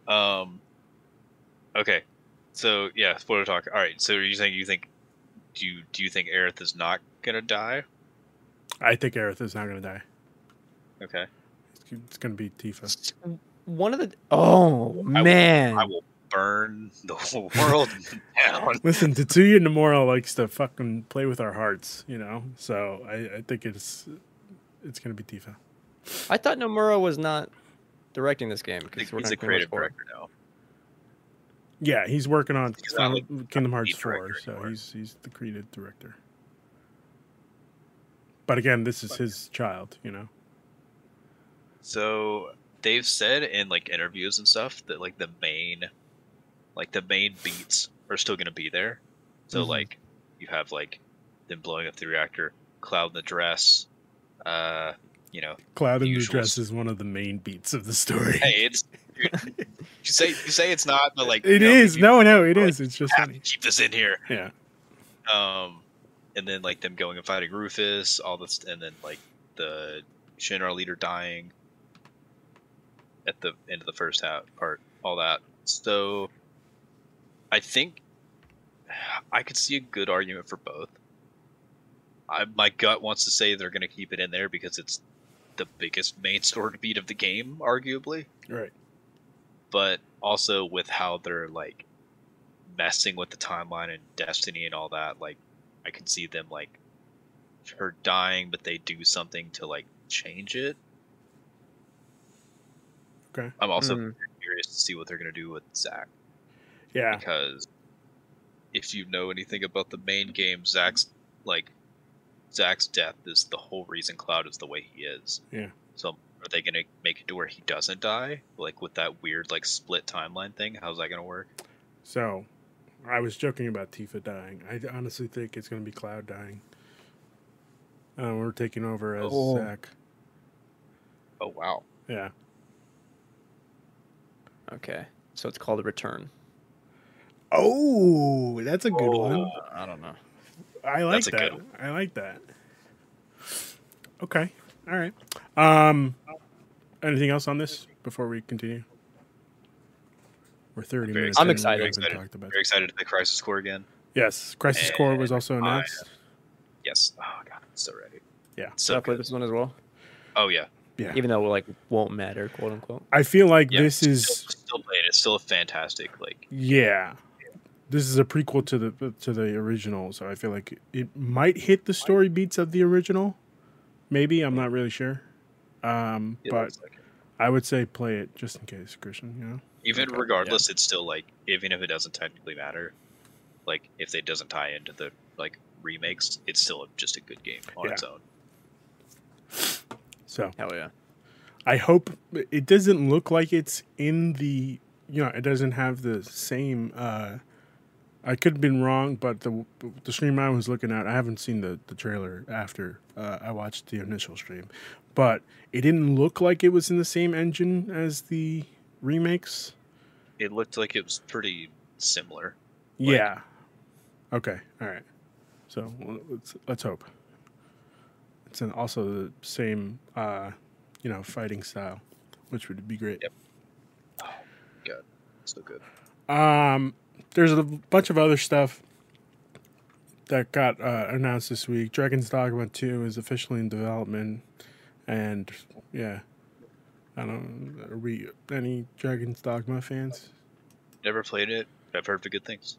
S2: Um. Okay. So yeah, spoiler talk. All right. So are you saying you think do you do you think Aerith is not gonna die?
S1: I think Aerith is not gonna die.
S2: Okay.
S1: It's- It's gonna be Tifa.
S3: One of the oh man,
S2: I will burn the whole world down.
S1: Listen, Tetsuya Nomura likes to fucking play with our hearts, you know. So I, I think it's it's gonna be Tifa.
S3: I thought Nomura was not directing this game
S2: He's
S3: because we're
S2: a
S3: kinda pretty much
S2: creative
S3: bored.
S2: director now.
S1: Yeah, he's working on
S2: He's not, like,
S1: Final- Kingdom Hearts
S2: lead director
S1: four, so
S2: anymore.
S1: he's he's the creative director. But again, this is his child, you know.
S2: So they've said in like interviews and stuff that like the main, like the main beats are still gonna be there. So
S1: Mhm.
S2: like you have like them blowing up the reactor, Cloud in the dress, uh, you know,
S1: Cloud in the
S2: Usual
S1: dress is one of the main beats of the story.
S2: hey, it's you say you say it's not, but like
S1: It
S2: you know,
S1: is
S2: you
S1: no, no, it
S2: like,
S1: is. It's just
S2: have to
S1: funny.
S2: keep this in here.
S1: Yeah,
S2: Um, and then like them going and fighting Rufus, all this, and then like the Shinra leader dying at the end of the first half part, all that. So I think I could see a good argument for both. I, my gut wants to say they're going to keep it in there because it's the biggest main story beat of the game, arguably
S1: right.
S2: but also with how they're like messing with the timeline and destiny and all that like i can see them like her dying, but they do something to like change it.
S1: Okay.
S2: I'm also
S3: Mm.
S2: curious to see what they're gonna do with Zack
S1: Yeah.
S2: because if you know anything about the main game, Zack's like Zack's death is the whole reason Cloud is the way he is.
S1: Yeah.
S2: So are they gonna make it to where he doesn't die? Like with that weird like split timeline thing? How's that gonna work?
S1: So, I was joking about Tifa dying. I honestly think it's going to be Cloud dying. Uh, we're taking over as
S3: Oh.
S1: Zack.
S2: Oh wow.
S1: Yeah.
S3: Okay. So it's called a return.
S1: Oh, that's a good
S2: Oh,
S1: one.
S3: I don't know.
S1: I like
S2: That's a
S1: that.
S2: good one.
S1: I like that. Okay. All right. Um anything else on this before we continue? We're 30
S2: Very
S1: minutes. in,
S2: excited.
S3: I'm
S1: we
S3: excited.
S1: haven't
S2: Excited.
S1: talked about
S2: Very excited to play Crisis Core again.
S1: Yes, Crisis Core was also announced.
S2: Yes. Oh god, I'm so ready.
S1: Yeah.
S2: So
S3: I play
S2: good.
S3: this one as well?
S2: Oh yeah.
S1: Yeah.
S3: Even though like won't matter, quote unquote.
S1: I feel like
S2: yeah.
S1: this
S2: still-
S1: is
S2: still playing. It's still a fantastic like
S1: yeah. This is a prequel to the to the original, so I feel like it might hit the story beats of the original. Maybe, I'm not really sure. Um,
S2: it
S1: but
S2: looks like it.
S1: I would say play it just in case, Christian, you know.
S2: even
S3: Okay, yeah.
S2: regardless, it's still like even if it doesn't technically matter, like if it doesn't tie into the like remakes, it's still just a good game on
S1: Yeah.
S2: its own.
S1: So,
S3: Hell yeah.
S1: I hope it doesn't look like it's in the you know it doesn't have the same uh I could have been wrong but the the stream I was looking at I haven't seen the the trailer after uh, I watched the initial stream but it didn't look like it was in the same engine as the remakes
S2: It looked like it was pretty similar. Like-
S1: yeah okay all right so well, let's let's hope it's an, also the same uh you know fighting style which would be great
S2: So good.
S1: Um, there's a bunch of other stuff that got uh, announced this week. Dragon's Dogma 2 is officially in development, and yeah, I don't. Are we any Dragon's Dogma fans?
S2: Never played it. but I've heard the good things.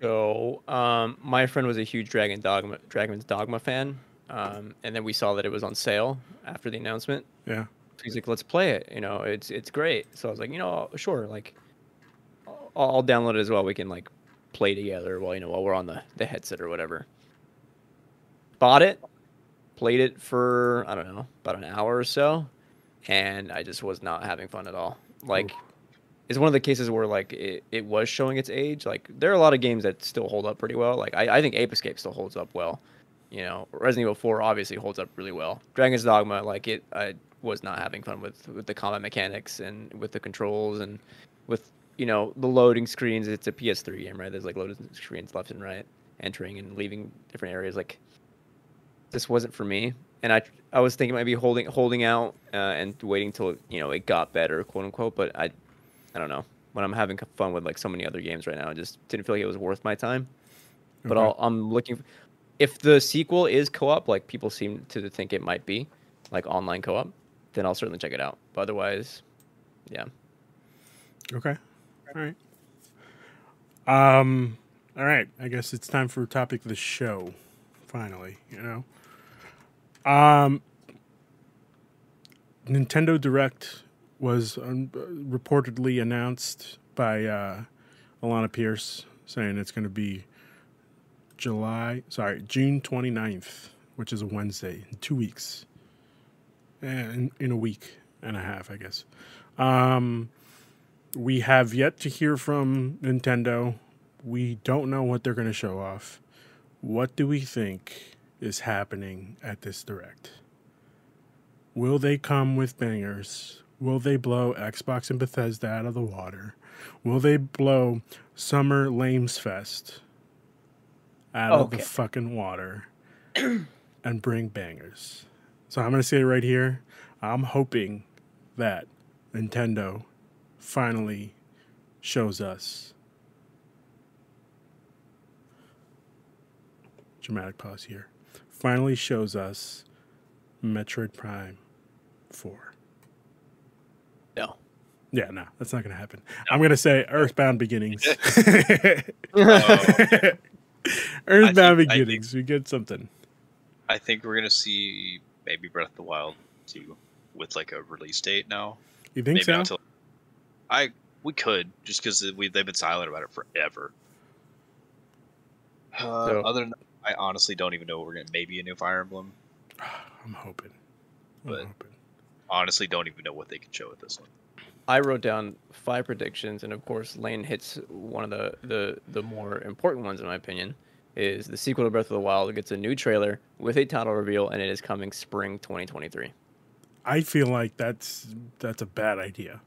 S3: So um, my friend was a huge Dragon Dogma Dragon's Dogma fan. Um, and then we saw that it was on sale after the announcement.
S1: Yeah,
S3: So he's like, let's play it. You know, it's it's great. So I was like, you know, sure, like I'll, I'll download it as well. We can like play together while you know while we're on the, the headset or whatever. Bought it, played it for I don't know, about an hour or so, and I just was not having fun at all. Like it's one of the cases where like it, it was showing its age. Like there are a lot of games that still hold up pretty well. Like I, I think Ape Escape still holds up well. You know, Resident Evil 4 obviously holds up really well. Dragon's Dogma, like it, I was not having fun with with the combat mechanics and with the controls and with you know the loading screens. It's a PS3 game, right? There's like loading screens left and right, entering and leaving different areas. Like this wasn't for me, and I I was thinking maybe holding holding out uh, and waiting till you know it got better, quote unquote. But I I don't know. When I'm having fun with like so many other games right now, I just didn't feel like it was worth my time. But
S1: Okay.
S3: I'll, I'm looking. if the sequel is co-op, like people seem to think it might be, like online co-op, then I'll certainly check it out. But otherwise, yeah.
S1: Okay. All right. Um. All right. I guess it's time for topic of the show. Finally, you know. Um. Nintendo Direct was um, reportedly announced by uh, Alana Pierce, saying it's going to be July, sorry, June 29th, which is a Wednesday, in two weeks, and in a week and a half, I guess. Um, we have yet to hear from Nintendo. We don't know what they're going to show off. What do we think is happening at this direct? Will they come with bangers? Will they blow Xbox and Bethesda out of the water? Will they blow Summer Lames Fest out of the
S3: Okay.
S1: fucking water and bring bangers? So I'm going to say right here I'm hoping that Nintendo finally shows us. Dramatic pause here. Finally shows us Metroid Prime 4.
S3: No.
S1: Yeah, no, that's not going to happen. I'm going to say Earthbound Beginnings.
S2: Oh,
S1: Earthbound
S2: Um, I think-
S1: Beginnings. we get something.
S2: I think we're gonna see maybe Breath of the Wild two with like a release date now.
S1: You think
S2: maybe
S1: so?
S2: not till I we could just because we they've been silent about it forever. Uh,
S3: So-
S2: Other than that, I honestly don't even know what we're gonna maybe a new Fire Emblem.
S1: I'm hoping. I'm
S2: But-
S1: hoping.
S2: Honestly, don't even know what they can show with this one.
S3: I wrote down five predictions, and of course, Lane hits one of the, the, the more important ones, in my opinion, is the sequel to Breath of the Wild gets a new trailer with a title reveal, and it is coming spring 2023.
S1: I feel like that's that's a bad idea.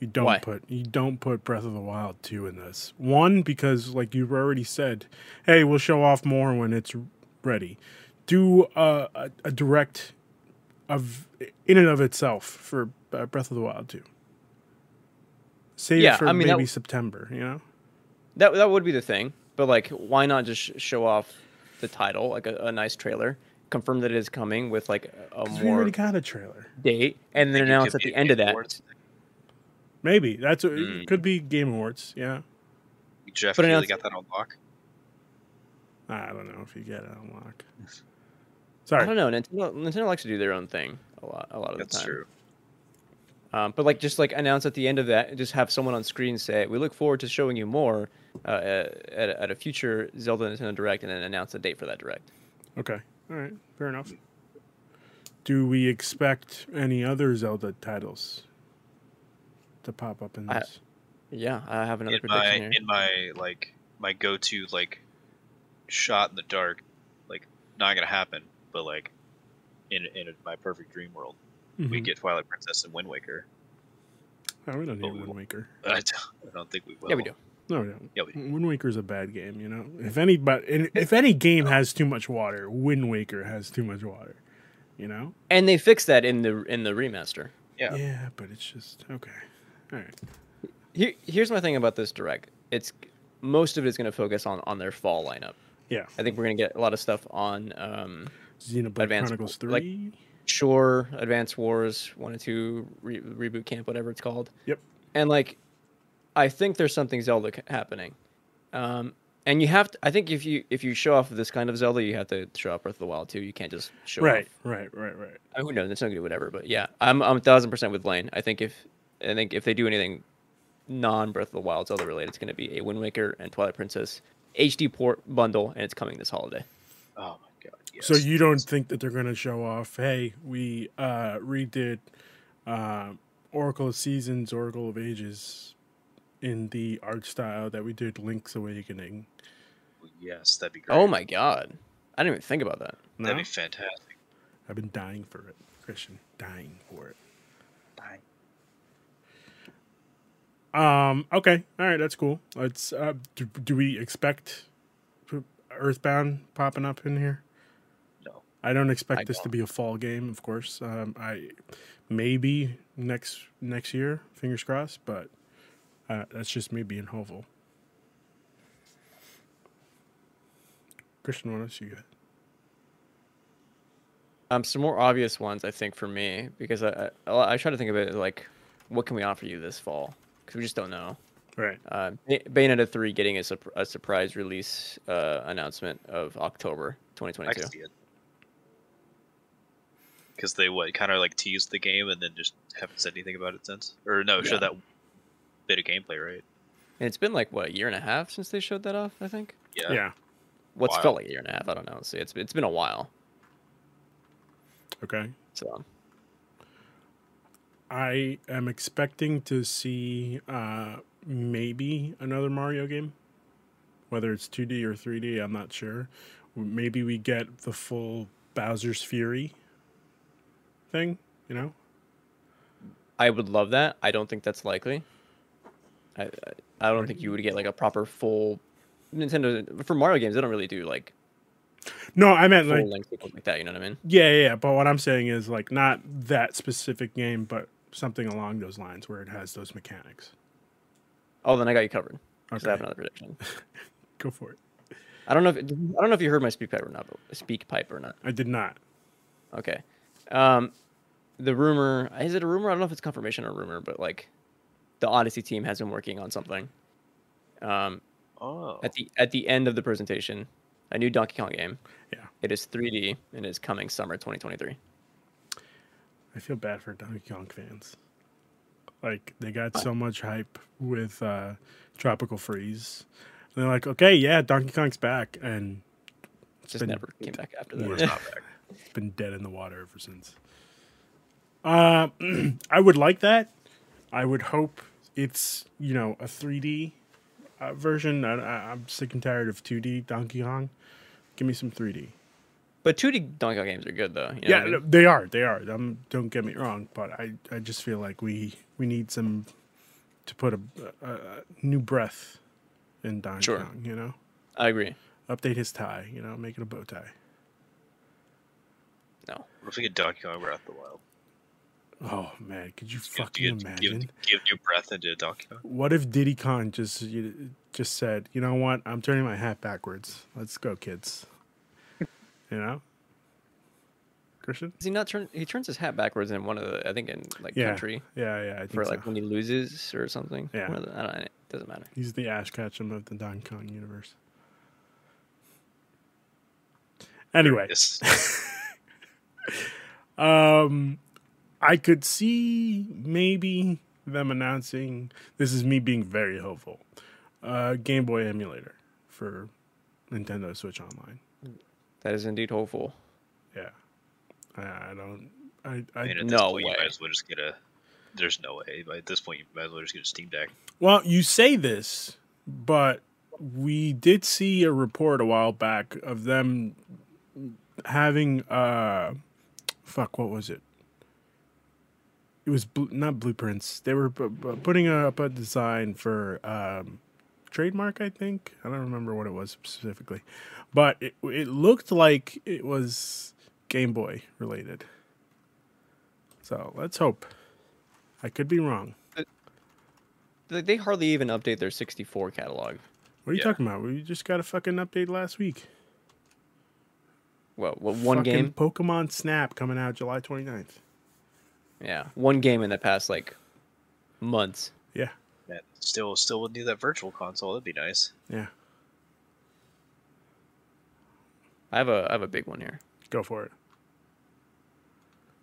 S1: You don't
S3: Why?
S1: put you don't put Breath of the Wild two in this one because like you've already said, hey, we'll show off more when it's ready. Do uh, a a direct of in and of itself for uh, Breath of the Wild two. Save
S3: Yeah,
S1: it for
S3: I mean, that
S1: maybe
S3: w-
S1: September. You know,
S3: That, that would be the thing, but like, why not just sh- show off the title, like a, a nice trailer, confirm that it is coming with like a- a
S1: 'Cause we already
S3: more
S1: got a trailer.
S3: date, and then
S2: Think it
S3: announce
S2: could
S3: at
S2: be
S3: the
S2: a
S3: end of
S2: Game
S3: that.
S2: Awards.
S1: Maybe that's what,
S2: Mm.
S3: Hmm.
S1: it could be Game Awards. Yeah,
S2: Jeff,
S3: But
S2: you really got
S3: announce-
S2: that on lock.
S1: I don't know if you get it unlocked.
S3: I
S1: Sorry,
S3: don't know. Nintendo, Nintendo likes to do their own thing a lot, a lot of the
S2: That's
S3: time.
S2: true.
S3: Um, but like, just like announce at the end of that, and just have someone on screen say, "We look forward to showing you more uh, at, at a- at a future Zelda Nintendo Direct," and then announce a date for that Direct.
S1: Okay. All right. Fair enough. Do we expect any other Zelda titles to pop up in
S3: I-
S1: this?
S3: Yeah, I have another
S2: in my
S3: prediction here.
S2: in my like my go-to like shot in the dark like not gonna happen but like in in my perfect dream world we
S3: Mm-hmm.
S1: Mhm.
S2: get twilight princess and wind waker
S1: Oh, we don't
S2: but
S1: need
S2: we
S1: Wind
S2: won't.
S1: Waker.
S2: i don't, I don't think we will
S3: yeah, we do.
S1: No, we don't.
S2: yeah we do.
S1: Wind Waker's a bad game, you know. If any, but and if any game has too much water, Wind Waker has too much water. You know.
S3: And they fixed that in the in the remaster.
S2: Yeah.
S1: Yeah, but it's just okay. All right.
S3: Here, here's my thing about this Direct. It's most of it is going to focus on on their fall lineup.
S1: Yeah.
S3: I think we're going to get a lot of stuff on um,
S1: Xenoblade
S3: Advance-
S1: Chronicles
S3: like-
S1: Three.
S3: Shore, Advance Wars, one and two, re- reboot camp, whatever it's called.
S1: Yep.
S3: And like, I think there's something Zelda c- happening. Um, and you have to. I think if you if you show off this kind of Zelda, you have to show off Breath of the Wild too. You can't just show
S1: right.
S3: off.
S1: Right. Right. Right.
S3: I mean, who knows? It's not gonna do whatever. But yeah, I'm I'm a thousand percent with Lane. I think if I think if they do anything non Breath of the Wild Zelda related, it's gonna be a Wind Waker and Twilight Princess HD port bundle, and it's coming this holiday.
S2: oh my god yes.
S1: So you don't think that they're going to show off? Hey, we uh, redid uh, Oracle of Seasons, Oracle of Ages, in the art style that we did Link's Awakening.
S2: yes that'd be great
S3: Oh my god, I didn't even think about that.
S1: No,
S2: that'd be fantastic
S1: I've been dying for it, Christian, dying for it.
S2: Bye.
S1: Um. Okay. All right. That's cool. Let's. Uh, do, do we expect Earthbound popping up in here?
S2: no
S1: I don't expect
S3: I
S1: this to
S3: don't.
S1: be a fall game, of course. Um, I maybe next next year, fingers crossed. But uh, that's just me being hopeful. Christian, what else you got?
S3: Um, some more obvious ones, I think, for me, because I I, I try to think of it as, like, what can we offer you this fall? Because we just don't know.
S1: Right.
S3: Uh, Bay- Bayonetta three getting a, sup- a surprise release uh, announcement of October
S2: i can
S3: 2022.
S2: see it because they what kind of like teased the game and then just haven't said anything about it since or no
S3: Yeah.
S2: showed that bit of gameplay right
S3: And it's been like what a year and a half since they showed that off. I think.
S1: Yeah.
S3: What's
S2: While.
S3: felt like a year and a half? I don't know. See, it's it's been a while.
S1: Okay.
S3: So
S1: I am expecting to see uh, maybe another Mario game, whether it's 2D or 3D. I'm not sure. Maybe we get the full Bowser's Fury thing. You know,
S3: I would love that. I don't think that's likely. I I, I don't think you would get like a proper full Nintendo for Mario games. They don't really do like
S1: No, I meant
S3: full
S1: like
S3: length sequels like that. You know what I mean?
S1: yeah, yeah, yeah. But what I'm saying is like not that specific game, but something along those lines where it has those mechanics.
S3: Oh, then I got you covered. 'cause I have
S1: Okay.
S3: another prediction.
S1: Go for it.
S3: I don't know if I don't know if you heard my speak pipe or not. but- Speak pipe or not.
S1: I did not.
S3: Okay. Um, the rumor is it a rumor? I don't know if it's confirmation or rumor, but like, the Odyssey team has been working on something. Um,
S2: oh
S3: at the at the end of the presentation, a new Donkey Kong game.
S1: Yeah.
S3: It is 3D and is coming summer 2023.
S1: I feel bad for Donkey Kong fans. Like they got so much hype with uh, Tropical Freeze, and they're like, okay, yeah, Donkey Kong's back, and
S3: It just
S1: been-
S3: never came back after
S1: Yeah.
S3: that.
S1: It's not it's been dead in the water ever since. Uh, I would like that. I would hope it's you know a 3D uh, version. I, I, I'm sick and tired of 2D Donkey Kong. Give me some 3D.
S3: But 2D Donkey Kong games are good though. you know what
S1: Yeah,
S3: I mean?
S1: no, they are. They are. Um, don't get me wrong, but I, I just feel like we we need some to put a, a, a new breath in Donkey
S3: Sure.
S1: Kong. You know,
S3: I agree.
S1: update his tie. You know, make it a bow tie.
S3: No.
S2: What if we get Donkey Kong Breath of the Wild?
S1: Oh man, could you
S2: Give-
S1: fucking
S2: give,
S1: imagine?
S2: Give, give new breath into Donkey Kong.
S1: What if Diddy Kong just you- just said, you know what? I'm turning my hat backwards. Let's go, kids. you know, Christian.
S3: Does he not turn? He turns his hat backwards in one of the, I think in like
S1: Yeah.
S3: country
S1: Yeah, yeah. I think
S3: for
S1: so.
S3: like when he loses or something.
S1: Yeah.
S3: One of the- I don't. It doesn't matter.
S1: He's the Ash Ketchum of the Donkey Kong universe. Anyway,
S2: Yes.
S1: um, I could see maybe them announcing. This is me being very hopeful. Uh, Game Boy emulator for Nintendo Switch Online.
S3: That is indeed hopeful.
S1: Yeah, I, I don't. I, I,
S2: I mean, at this
S3: No
S2: point, you
S3: way.
S2: might as well just get a. There's no way. But at this point, you might as well just get a Steam Deck.
S1: Well, you say this, but we did see a report a while back of them having uh fuck what was it? It was bl- not blueprints. They were p- p- putting up a design for um trademark, I think. I don't remember what it was specifically, but it it looked like it was Game Boy related. So, let's hope. I could be wrong.
S3: They- They hardly even update their 64 catalog.
S1: What are you
S2: Yeah.
S1: talking about? We just got a fucking update last week.
S3: Well, well one
S1: Fucking
S3: game.
S1: Pokemon Snap coming out July 29th.
S3: Yeah, one game in the past like months.
S1: Yeah,
S2: That still, still would do that virtual console. That'd be nice.
S1: yeah.
S3: I have a I have a big one here.
S1: Go for it.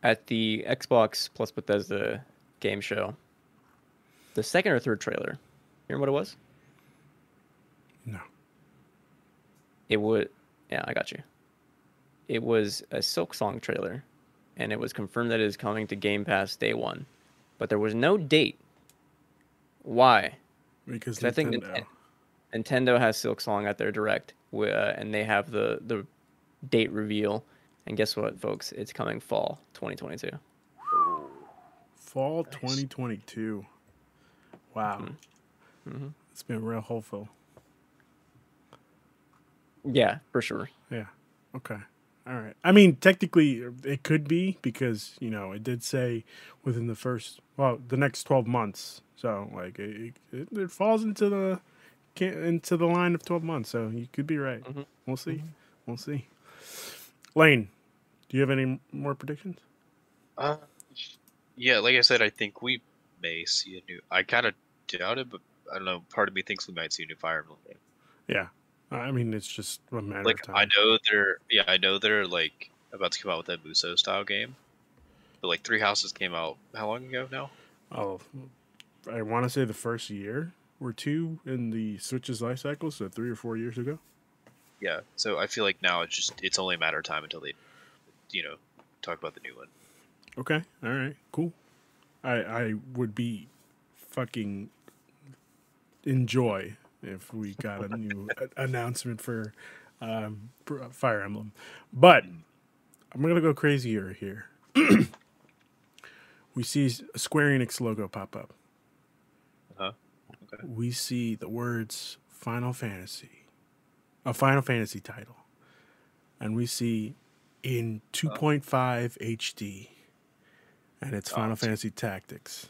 S3: At the Xbox plus Bethesda game show, the second or third trailer. You remember what it was?
S1: No.
S3: It would. Yeah, I got you. It was a Silk Song trailer, and it was confirmed that it is coming to Game Pass day one, but there was no date. Why?
S1: Because
S3: 'Cause I think
S1: Nintendo.
S3: Ninte- Nintendo has Silk Song at their direct, wi- uh, and they have the the date reveal. And guess what, folks? It's coming fall 2022.
S1: Fall 2022. Wow.
S3: Mm-hmm.
S1: It's been real hopeful.
S3: Yeah, for sure.
S1: Yeah. Okay. All right. I mean, technically, it could be because, you know, it did say within the first, well, the next 12 months. So, like, it, it, it falls into the ca- into the line of 12 months. So, you could be right.
S2: Mm-hmm.
S1: We'll see. We'll see. Lane, do you have any more predictions?
S2: Uh, yeah, like I said, I think we may see a new. I kind of doubt it, but I don't know. Part of me thinks we might see a new Fire Emblem game.
S1: Yeah. I mean, it's just a matter
S2: Like
S1: of time.
S2: I know they're, yeah, I know they're like about to come out with that Muso style game, but like Three Houses came out how long ago now?
S1: Oh, I want to say the first year or two in the Switch's life cycle. So, three or four years ago.
S2: Yeah, so I feel like now it's just it's only a matter of time until they, you know, talk about the new one.
S1: Okay. All right. Cool. I I would be fucking enjoy if we got a new a- announcement for um, for, uh, Fire Emblem, but I'm gonna go crazier here. we see s- a Square Enix logo pop up.
S2: Uh-huh. Okay.
S1: We see the words Final Fantasy, a Final Fantasy title, and we see
S2: Uh-huh.
S1: in 2.5 HD, and it's
S2: Oh,
S1: Final
S2: it's-
S1: Fantasy Tactics.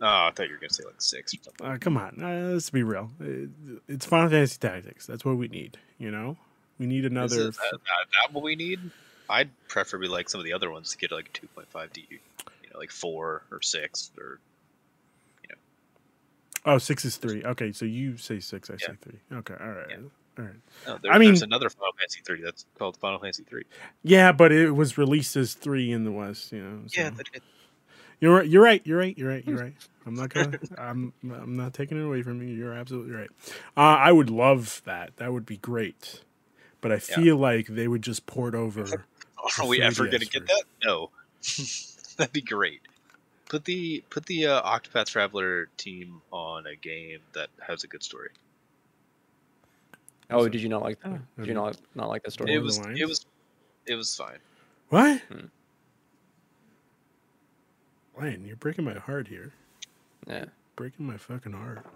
S2: Oh, I thought you were gonna say like six. Or something.
S1: Uh, come on, uh, let's be real. It- It's Final Fantasy Tactics. That's what we need. You know, we need
S2: Is
S1: another.
S2: it- that, that, that what we need? I'd preferably like some of the other ones to get like two point five D, you know, like four or six or
S1: Oh, six is three. Okay, so you say six, I say
S2: Yeah.
S1: three. Okay, all right. All right.
S2: No, Oh, there-
S1: I mean-
S2: there's another Final Fantasy three that's called Final Fantasy three.
S1: Yeah, but it was released as three in the West. You know. so-
S2: Yeah, that, it,
S1: You're right. You're right. You're right. You're right. You're right. I'm not gonna. I'm. I'm not taking it away from you. You're absolutely right. Uh, I would love that. That would be great. But I
S2: Yeah.
S1: feel like they would just port over.
S2: Oh, are we
S1: 3DS
S2: ever gonna get
S1: version.
S2: that? No, that'd be great. Put the put the uh, Octopath Traveler team on a game that has a good story.
S3: Oh,
S1: So-
S3: did you not like?
S4: Oh.
S3: Did you not not like that
S1: Lord
S3: story?
S2: it
S1: of the
S2: was
S1: Lions?
S2: it was it was fine.
S1: What?
S3: Hmm.
S1: Lane, you're breaking my heart here.
S3: yeah.
S1: Breaking my fucking heart.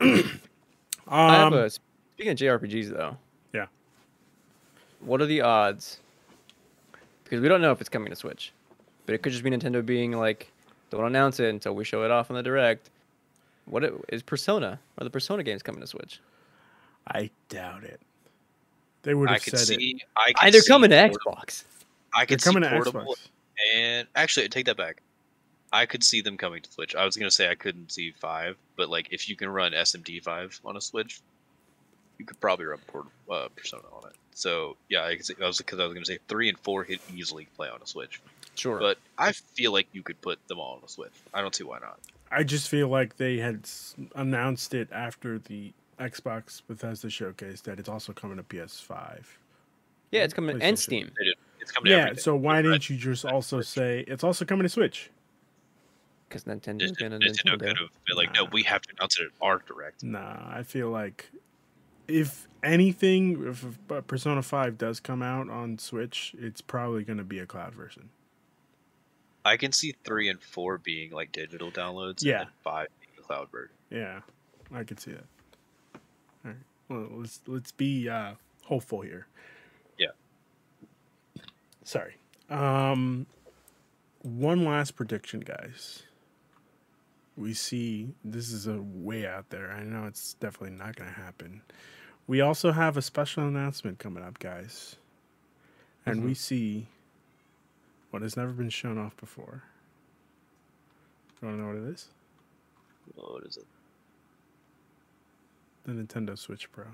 S3: I have
S1: um,
S3: a, speaking of JRPGs though.
S1: Yeah.
S3: What are the odds? Because we don't know if it's coming to Switch, but it could just be Nintendo being like, "Don't announce it until we show it off on the direct." What it, is Persona? Are the Persona games coming to Switch?
S1: I doubt it. They would
S2: I
S1: have
S2: could
S1: said it.
S2: see. I could
S3: I, they're
S2: see
S3: coming to
S2: portable-
S3: Xbox.
S2: I
S1: They're
S2: could
S1: coming
S2: see
S1: to
S2: portable
S1: Xbox.
S2: and actually I take that back. I could see them coming to Switch. I was gonna say I couldn't see five, but like if you can run SMD five on a Switch, you could probably run port, uh, Persona on it. So yeah, I, could see, I was because I was gonna say three and four could easily play on a Switch,
S3: Sure.
S2: but I feel like you could put them all on a Switch. I don't see why not.
S1: I just feel like they had s- announced it after the Xbox Bethesda showcase that it's also coming to PS5.
S3: yeah, it's coming
S1: PlayStation.
S3: and Steam.
S2: They did- It's coming.
S1: Yeah,
S2: to everything.
S1: so why
S2: But
S1: didn't you just also say it's also coming to Switch?
S3: Because Nintendo's
S2: Nintendo,
S3: been a
S2: Nintendo
S3: Nintendo.
S2: could have been like, no,
S1: Nah.
S2: we have to announce it at our direct.
S1: Nah, I feel like if anything, if if Persona 5 does come out on Switch, it's probably going to be a cloud version.
S2: I can see three and four being like digital downloads.
S1: Yeah.
S2: and then five being a cloud version.
S1: Yeah, I could see that. All right, well, let's let's be uh, hopeful here.
S2: Yeah.
S1: Sorry. Um, one last prediction, guys. We see this is a way out there. I know it's definitely not going to happen. We also have a special announcement coming up, guys, and we see what has never been shown off before. You want to know what it is?
S2: What is it?
S1: The Nintendo Switch Pro.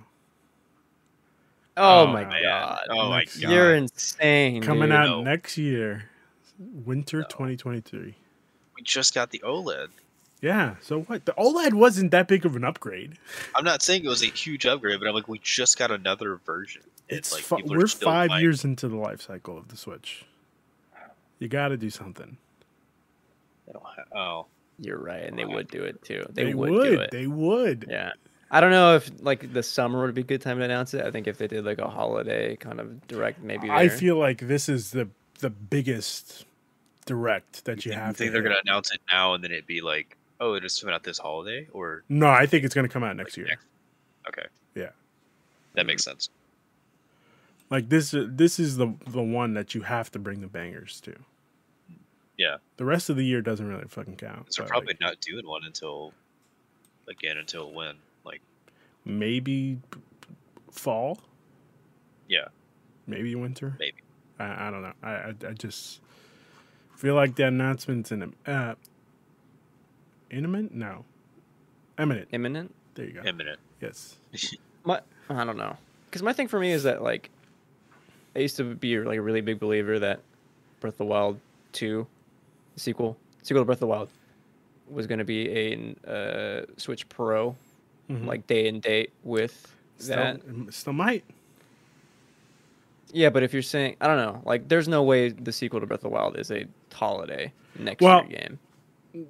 S3: Oh,
S1: Oh,
S3: my
S1: man.
S3: god.
S2: Oh my
S1: Next
S2: god.
S3: You're insane.
S1: Coming
S3: dude.
S1: out
S2: No.
S1: next year, winter 2023.
S2: we just got the OLED.
S1: Yeah, so what? The OLED wasn't that big of an upgrade.
S2: I'm not saying it was a huge upgrade, but I'm like, we just got another version. And,
S1: It's
S2: like
S1: fi-
S2: people are
S1: we're
S2: still
S1: five
S2: buying-
S1: years into the life cycle of the Switch. You got to do something.
S2: They don't ha- oh,
S3: You're right, and they
S2: Wow.
S3: would do it too. They,
S1: They,
S3: would,
S1: would.
S3: do it.
S1: They would.
S3: Yeah. I don't know if like the summer would be a good time to announce it. I think if they did like a holiday kind of direct, maybe. There.
S1: I feel like this is the the biggest direct that you,
S2: you
S1: have.
S2: think
S1: to
S2: they're
S1: hit.
S2: gonna announce it now and then it'd be like, oh, it is coming out this holiday or
S1: No, I think it's gonna come out
S2: like,
S1: next year.
S2: next- Okay.
S1: Yeah.
S2: That makes sense.
S1: Like this, this is the the one that you have to bring the bangers to.
S2: Yeah.
S1: The rest of the year doesn't really fucking count.
S2: 'Cause they're
S1: but, like,
S2: probably not doing one until, again, until when? Like,
S1: maybe p- p- fall.
S2: Yeah.
S1: Maybe winter.
S2: Maybe.
S1: I, I don't know. I, I I just feel like the announcement's in uh imminent. No, imminent.
S3: imminent.
S1: There you go.
S2: imminent.
S1: Yes.
S3: My, I don't know. Because my thing for me is that like, I used to be like a really big believer that Breath of the Wild two, the sequel, sequel to Breath of the Wild, was going to be a uh, Switch Pro,
S1: Mhm.
S3: like day and date with
S1: Still,
S3: that.
S1: m- still might.
S3: Yeah, but if you're saying, I don't know, like, there's no way the sequel to Breath of the Wild is a holiday next
S1: Well,
S3: year game.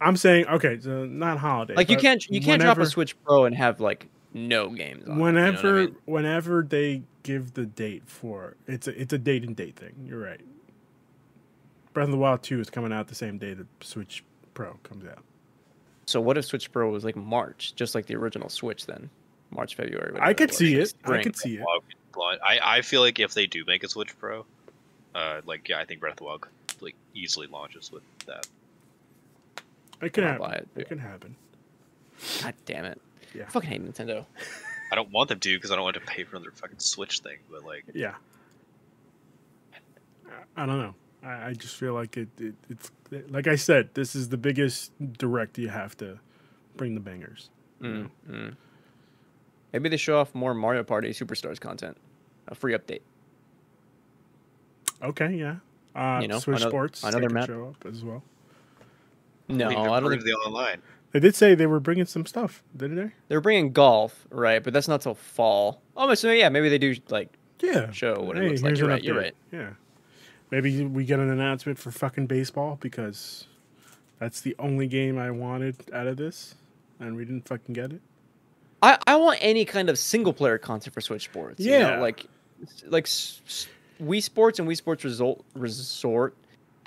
S1: I'm saying okay, so not holiday.
S3: Like, you
S1: but
S3: can't you can't drop
S1: whenever-
S3: a Switch Pro and have like no games. On it, you know what I
S1: Whenever
S3: mean?
S1: whenever they give the date for it's a, it's a date and date thing. You're right. Breath of the Wild Two is coming out the same day that Switch Pro comes out.
S3: So what if Switch Pro was like March, just like the original Switch then, March February? whatever
S1: I
S3: it
S1: could
S3: was,
S1: see it. I
S3: spring.
S1: could see it.
S2: Wild could launch- I, I feel like if they do make a Switch Pro, uh, like yeah, I think Breath of the Wild could, like easily launches with that.
S1: It can
S3: I'll
S1: happen.
S3: buy it,
S1: It
S3: yeah.
S1: can happen.
S3: God damn it!
S1: Yeah.
S3: I fucking hate Nintendo.
S2: I don't want them to because I don't want to pay for another fucking Switch thing. But like,
S1: Yeah. I- I don't know. I, I just feel like it, it. It's like I said. This is the biggest direct you have to bring the bangers.
S3: Mm, mm. Maybe they show off more Mario Party Superstars content, a free update.
S1: Okay, yeah. Uh,
S3: You know,
S1: Switch
S3: another-
S1: Sports they
S3: another
S1: could
S3: map.
S1: show up as well.
S3: No, I don't think
S2: the online.
S1: They did say they were bringing some stuff, didn't they?
S3: they're bringing golf, right? But that's not till fall. Oh, so yeah, maybe they do like
S1: Yeah.
S3: show what it looks like.
S1: here's
S3: You're
S1: an
S3: right. You're
S1: update.
S3: right.
S1: Yeah. Maybe we get an announcement for fucking baseball because that's the only game I wanted out of this, and we didn't fucking get it.
S3: I, I want any kind of single player content for Switch Sports. you know,
S1: Yeah.
S3: like like s- s- Wii Sports and Wii Sports Resort Resort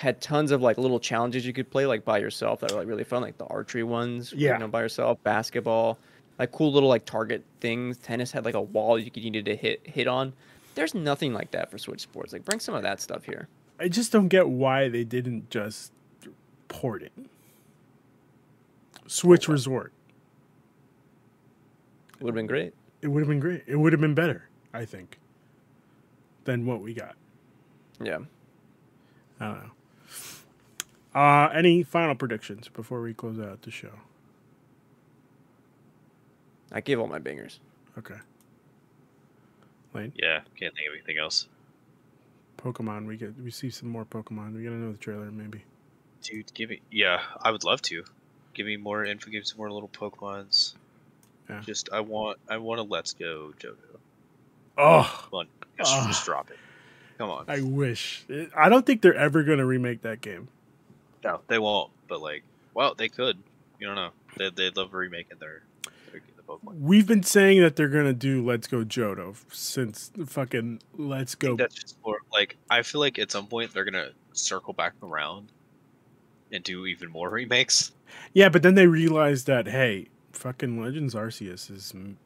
S3: had tons of like little challenges you could play like by yourself that were like really fun, like the archery ones.
S1: Yeah.
S3: You know, by yourself, basketball, like cool little like target things. Tennis had like a wall you could you needed to hit hit on. There's nothing like that for Switch Sports. Like bring some of that stuff here.
S1: I just don't get why they didn't just port it. Switch Resort.
S3: Would have been great.
S1: It would have been great. It would have been better, I think, than what we got.
S3: Yeah.
S1: I don't know. Uh, any final predictions before we close out the show?
S3: I gave all my bingers.
S1: Okay. Lane,
S2: Yeah, can't think of anything else.
S1: Pokemon. We get we see some more Pokemon. We get another trailer maybe.
S2: Dude, give me. Yeah, I would love to. Give me more info. Give me some more little Pokemon's.
S1: Yeah.
S2: Just I want I want a Let's Go JoJo.
S1: Oh,
S2: Come on, just,
S1: Ugh.
S2: just drop it. Come on.
S1: I wish. I don't think they're ever gonna remake that game.
S2: No, they won't. But like, well, they could. You don't know. They they love remaking their, their the Pokemon.
S1: We've been saying that they're gonna do Let's Go Johto since the fucking Let's Go.
S2: That's just more like I feel like at some point they're gonna circle back around and do even more remakes.
S1: Yeah, but then they realized that hey, fucking Legends Arceus is m-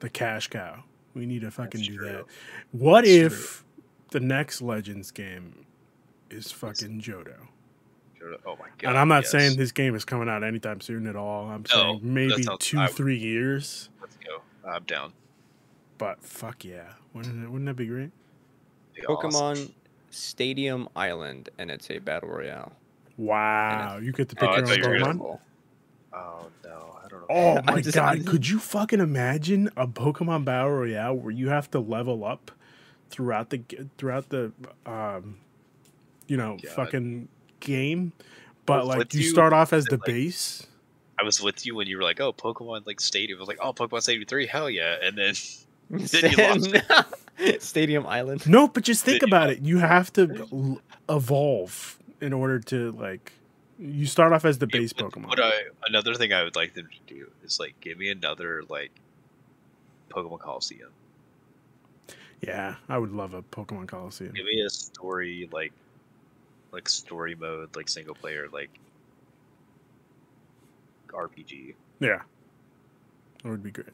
S1: the cash cow. We need to fucking do
S2: true.
S1: that. What
S2: That's
S1: if the next Legends game is fucking Johto?
S2: Oh my god!
S1: And I'm not
S2: yes.
S1: saying this game is coming out anytime soon at all. I'm saying
S2: that
S1: maybe
S2: sounds-
S1: two,
S2: I-
S1: three years.
S2: Let's go. I'm down.
S1: But fuck yeah, wouldn't it, wouldn't that be great?
S2: Be
S3: Pokemon
S2: awesome.
S3: Stadium Island, and it's a battle royale.
S1: Wow, you get to
S2: Oh,
S1: pick
S2: I
S1: your
S2: thought you were
S1: own
S2: gonna-
S1: Pokemon.
S2: Oh no, I don't know.
S1: Oh my
S3: just-
S1: god, could you fucking imagine a Pokemon battle royale where you have to level up throughout the g- throughout the um, you know,
S2: God.
S1: fucking game, but
S2: Well,
S1: like
S2: let's
S1: you
S2: do-
S1: start off as the
S2: like-
S1: base.
S2: I was with you when you were like, "Oh, Pokemon like Stadium." I was like, "Oh, Pokemon Stadium three, hell yeah!" And then Then you lost
S3: Stadium Island.
S1: No, but just think
S2: Did you-
S1: about it. You have to l- evolve in order to like. You start off as the base
S2: what-
S1: Pokemon.
S2: What I another thing I would like them to do is like give me another like Pokemon Coliseum.
S1: yeah, I would love a Pokemon Coliseum.
S2: Give me a story like like story mode, like single player, like RPG.
S1: Yeah, that would be great.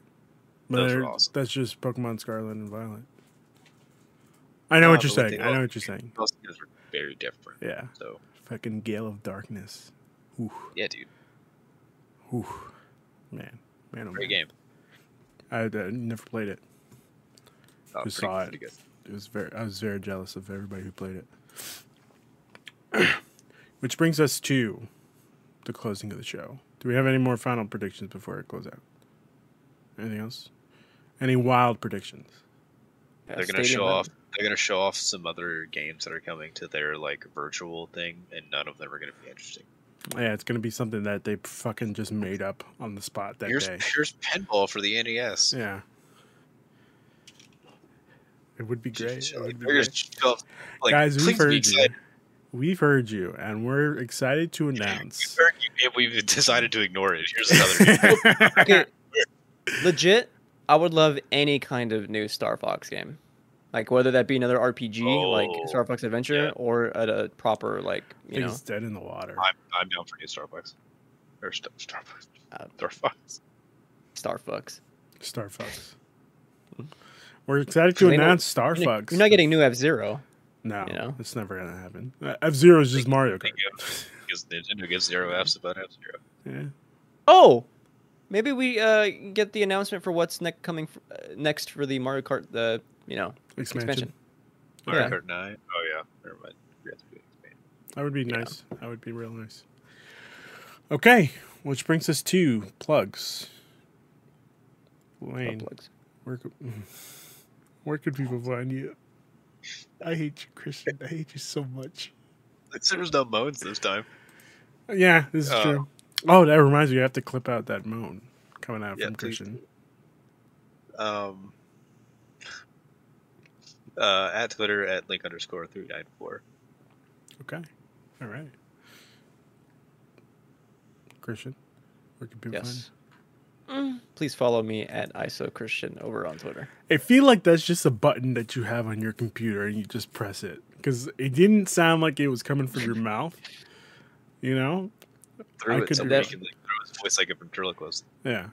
S1: But
S2: Those are
S1: they're-
S2: awesome.
S1: That's just Pokemon Scarlet and Violet. I know what you're
S2: Uh, but what
S1: saying.
S2: they
S1: I know
S2: are-
S1: what you're saying.
S2: Coliseums were very different.
S1: Yeah,
S2: So
S1: fucking Gale of Darkness. Ooh,
S2: yeah, dude,
S1: ooh, man, man, oh, man.
S2: great game.
S1: I uh, never played it.
S2: Oh,
S1: Just
S2: pretty-
S1: saw it.
S2: pretty good.
S1: it was very I was very jealous of everybody who played it. Which brings us to the closing of the show. Do we have any more final predictions before it close out? Anything else? Any wild predictions?
S3: Yeah,
S2: They're gonna
S3: Stadium
S2: show off.
S3: Island.
S2: They're gonna show off some other games that are coming to their like virtual thing, and none of them are gonna be interesting.
S1: Yeah, it's gonna be something that they fucking just made up on the spot that
S2: here's
S1: day.
S2: here's pinball for the E NES.
S1: Yeah. It would be great. It
S2: Show-
S1: would be
S2: they're
S1: great.
S2: gonna show off, like,
S1: Guys, we've
S2: please be
S1: heard you.
S2: excited.
S1: We've heard you, and we're excited to announce.
S2: Eric, you- We've decided to ignore it. Here's another.
S3: Okay, legit, I would love any kind of new Star Fox game, like whether that be another RPG
S2: Oh,
S3: like Star Fox Adventure
S2: yeah.
S3: or at a proper like you know
S1: He's dead in the water.
S2: I'm, I'm down for new Starbucks. Or Star, Starbucks.
S3: Uh,
S2: Starbucks.
S3: Star Fox.
S1: Star Fox. We're excited to
S3: They don't-
S1: announce Star
S3: You're not-
S1: Fox.
S3: You're not getting new F Zero.
S1: No,
S3: you know?
S1: it's never gonna happen. F Zero is just Mario
S2: They
S1: Kart.
S2: give, because Nintendo gives zero Fs about F zero.
S1: Yeah.
S3: Oh, maybe we uh, get the announcement for what's next coming f- uh, next for the Mario Kart. The you know
S1: Expansion.
S3: expansion.
S2: Mario
S3: Yeah.
S2: Kart nine. Oh yeah. Never mind. We have to do it.
S1: That would be nice. That would be real nice. Okay, which brings us to plugs. Wayne,
S3: plugs.
S1: where could, where could people find you? I hate you, Christian. I hate you so much.
S2: There's no moans this time.
S1: Yeah, this is
S2: Oh.
S1: true. Oh, that reminds me. I have to clip out that moan coming out
S2: Yeah,
S1: from
S2: please.
S1: Christian.
S2: Um, uh, at Twitter at link underscore three nine four.
S1: Okay. All right. Christian, where can people find you?
S3: Yes. Please follow me at ISO Christian over on Twitter.
S1: I feel like that's just a button that you have on your computer and you just press it because it didn't sound like it was coming from your mouth. You know?
S2: Through
S1: I
S2: it,
S1: could
S2: so
S3: do
S2: that...
S3: that.
S2: he can like, throw his voice like a ventriloquist.
S1: Yeah.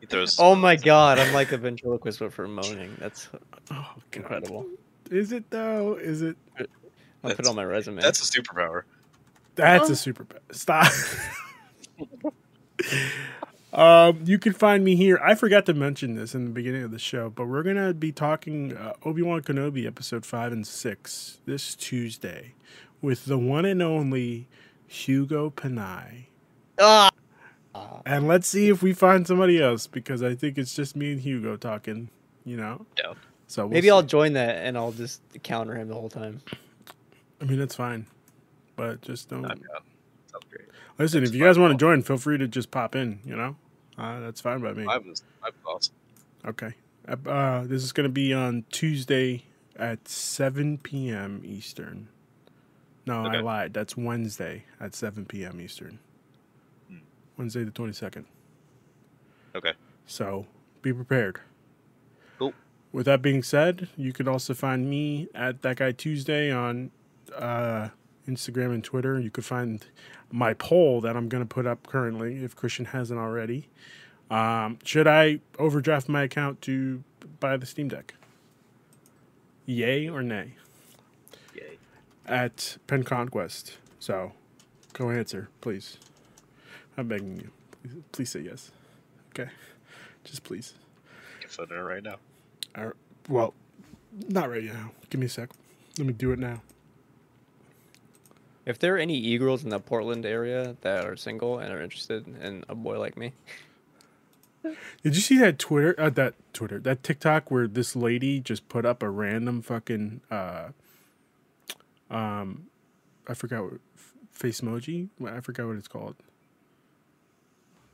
S2: He throws.
S3: Oh my God, I'm like a ventriloquist but for moaning. That's
S1: Oh, God.
S3: incredible.
S1: Is it though? Is it?
S3: I'll put it
S2: That's-
S3: on my resume.
S2: That's a superpower.
S1: That's a super stop. um, you can find me here. I forgot to mention this in the beginning of the show, but we're gonna be talking uh, Obi Wan Kenobi episode five and six this Tuesday with the one and only Hugo Panay.
S3: ah!
S1: And let's see if we find somebody else because I think it's just me and Hugo talking. You know,
S2: No.
S1: so we'll
S3: Maybe
S1: see.
S3: I'll join that and I'll just counter him the whole time.
S1: I mean, that's fine, but just don't.
S2: I'm out. Sounds great.
S1: Listen, if you guys want to join, feel free to just pop in. You know, uh, that's fine by me.
S2: I was, I was awesome.
S1: Okay. Uh, Uh, this is going to be on Tuesday at 7 p.m. Eastern. No, I
S2: Okay.
S1: lied. That's Wednesday at 7 p.m. Eastern.
S2: Hmm.
S1: Wednesday the 22nd.
S2: Okay.
S1: So be prepared.
S2: Cool.
S1: With that being said, you can also find me at That Guy Tuesday on uh, Instagram and Twitter. You could find my poll that I'm going to put up currently if Christian hasn't already. Um, should I overdraft my account to buy the Steam Deck? Yay or nay?
S2: Yay.
S1: At Pen Conquest. So go answer, please. I'm begging you. Please, please say yes. Okay. Just please.
S2: Get foot in it right now.
S1: All right. Well, not right now. Give me a sec. Let me do it now.
S3: If there are any e girls in the Portland area that are single and are interested in a boy like me,
S1: Did you see that Twitter? Uh, that Twitter, that TikTok where this lady just put up a random fucking, uh, um, I forgot what face emoji. I forgot what it's called.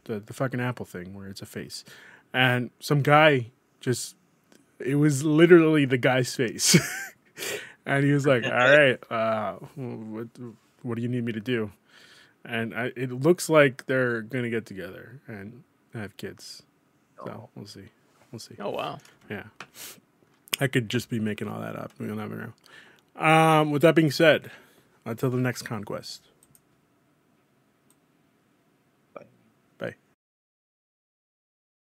S1: The the fucking apple thing where it's a face, and some guy just, it was literally the guy's face, and he was like, "All right, uh, what what do you need me to do?" And I, it looks like they're gonna get together and have kids. So we'll see. We'll see.
S3: oh wow,
S1: Yeah. I could just be making all that up. We'll never know. Um, with that being said, until the next conquest.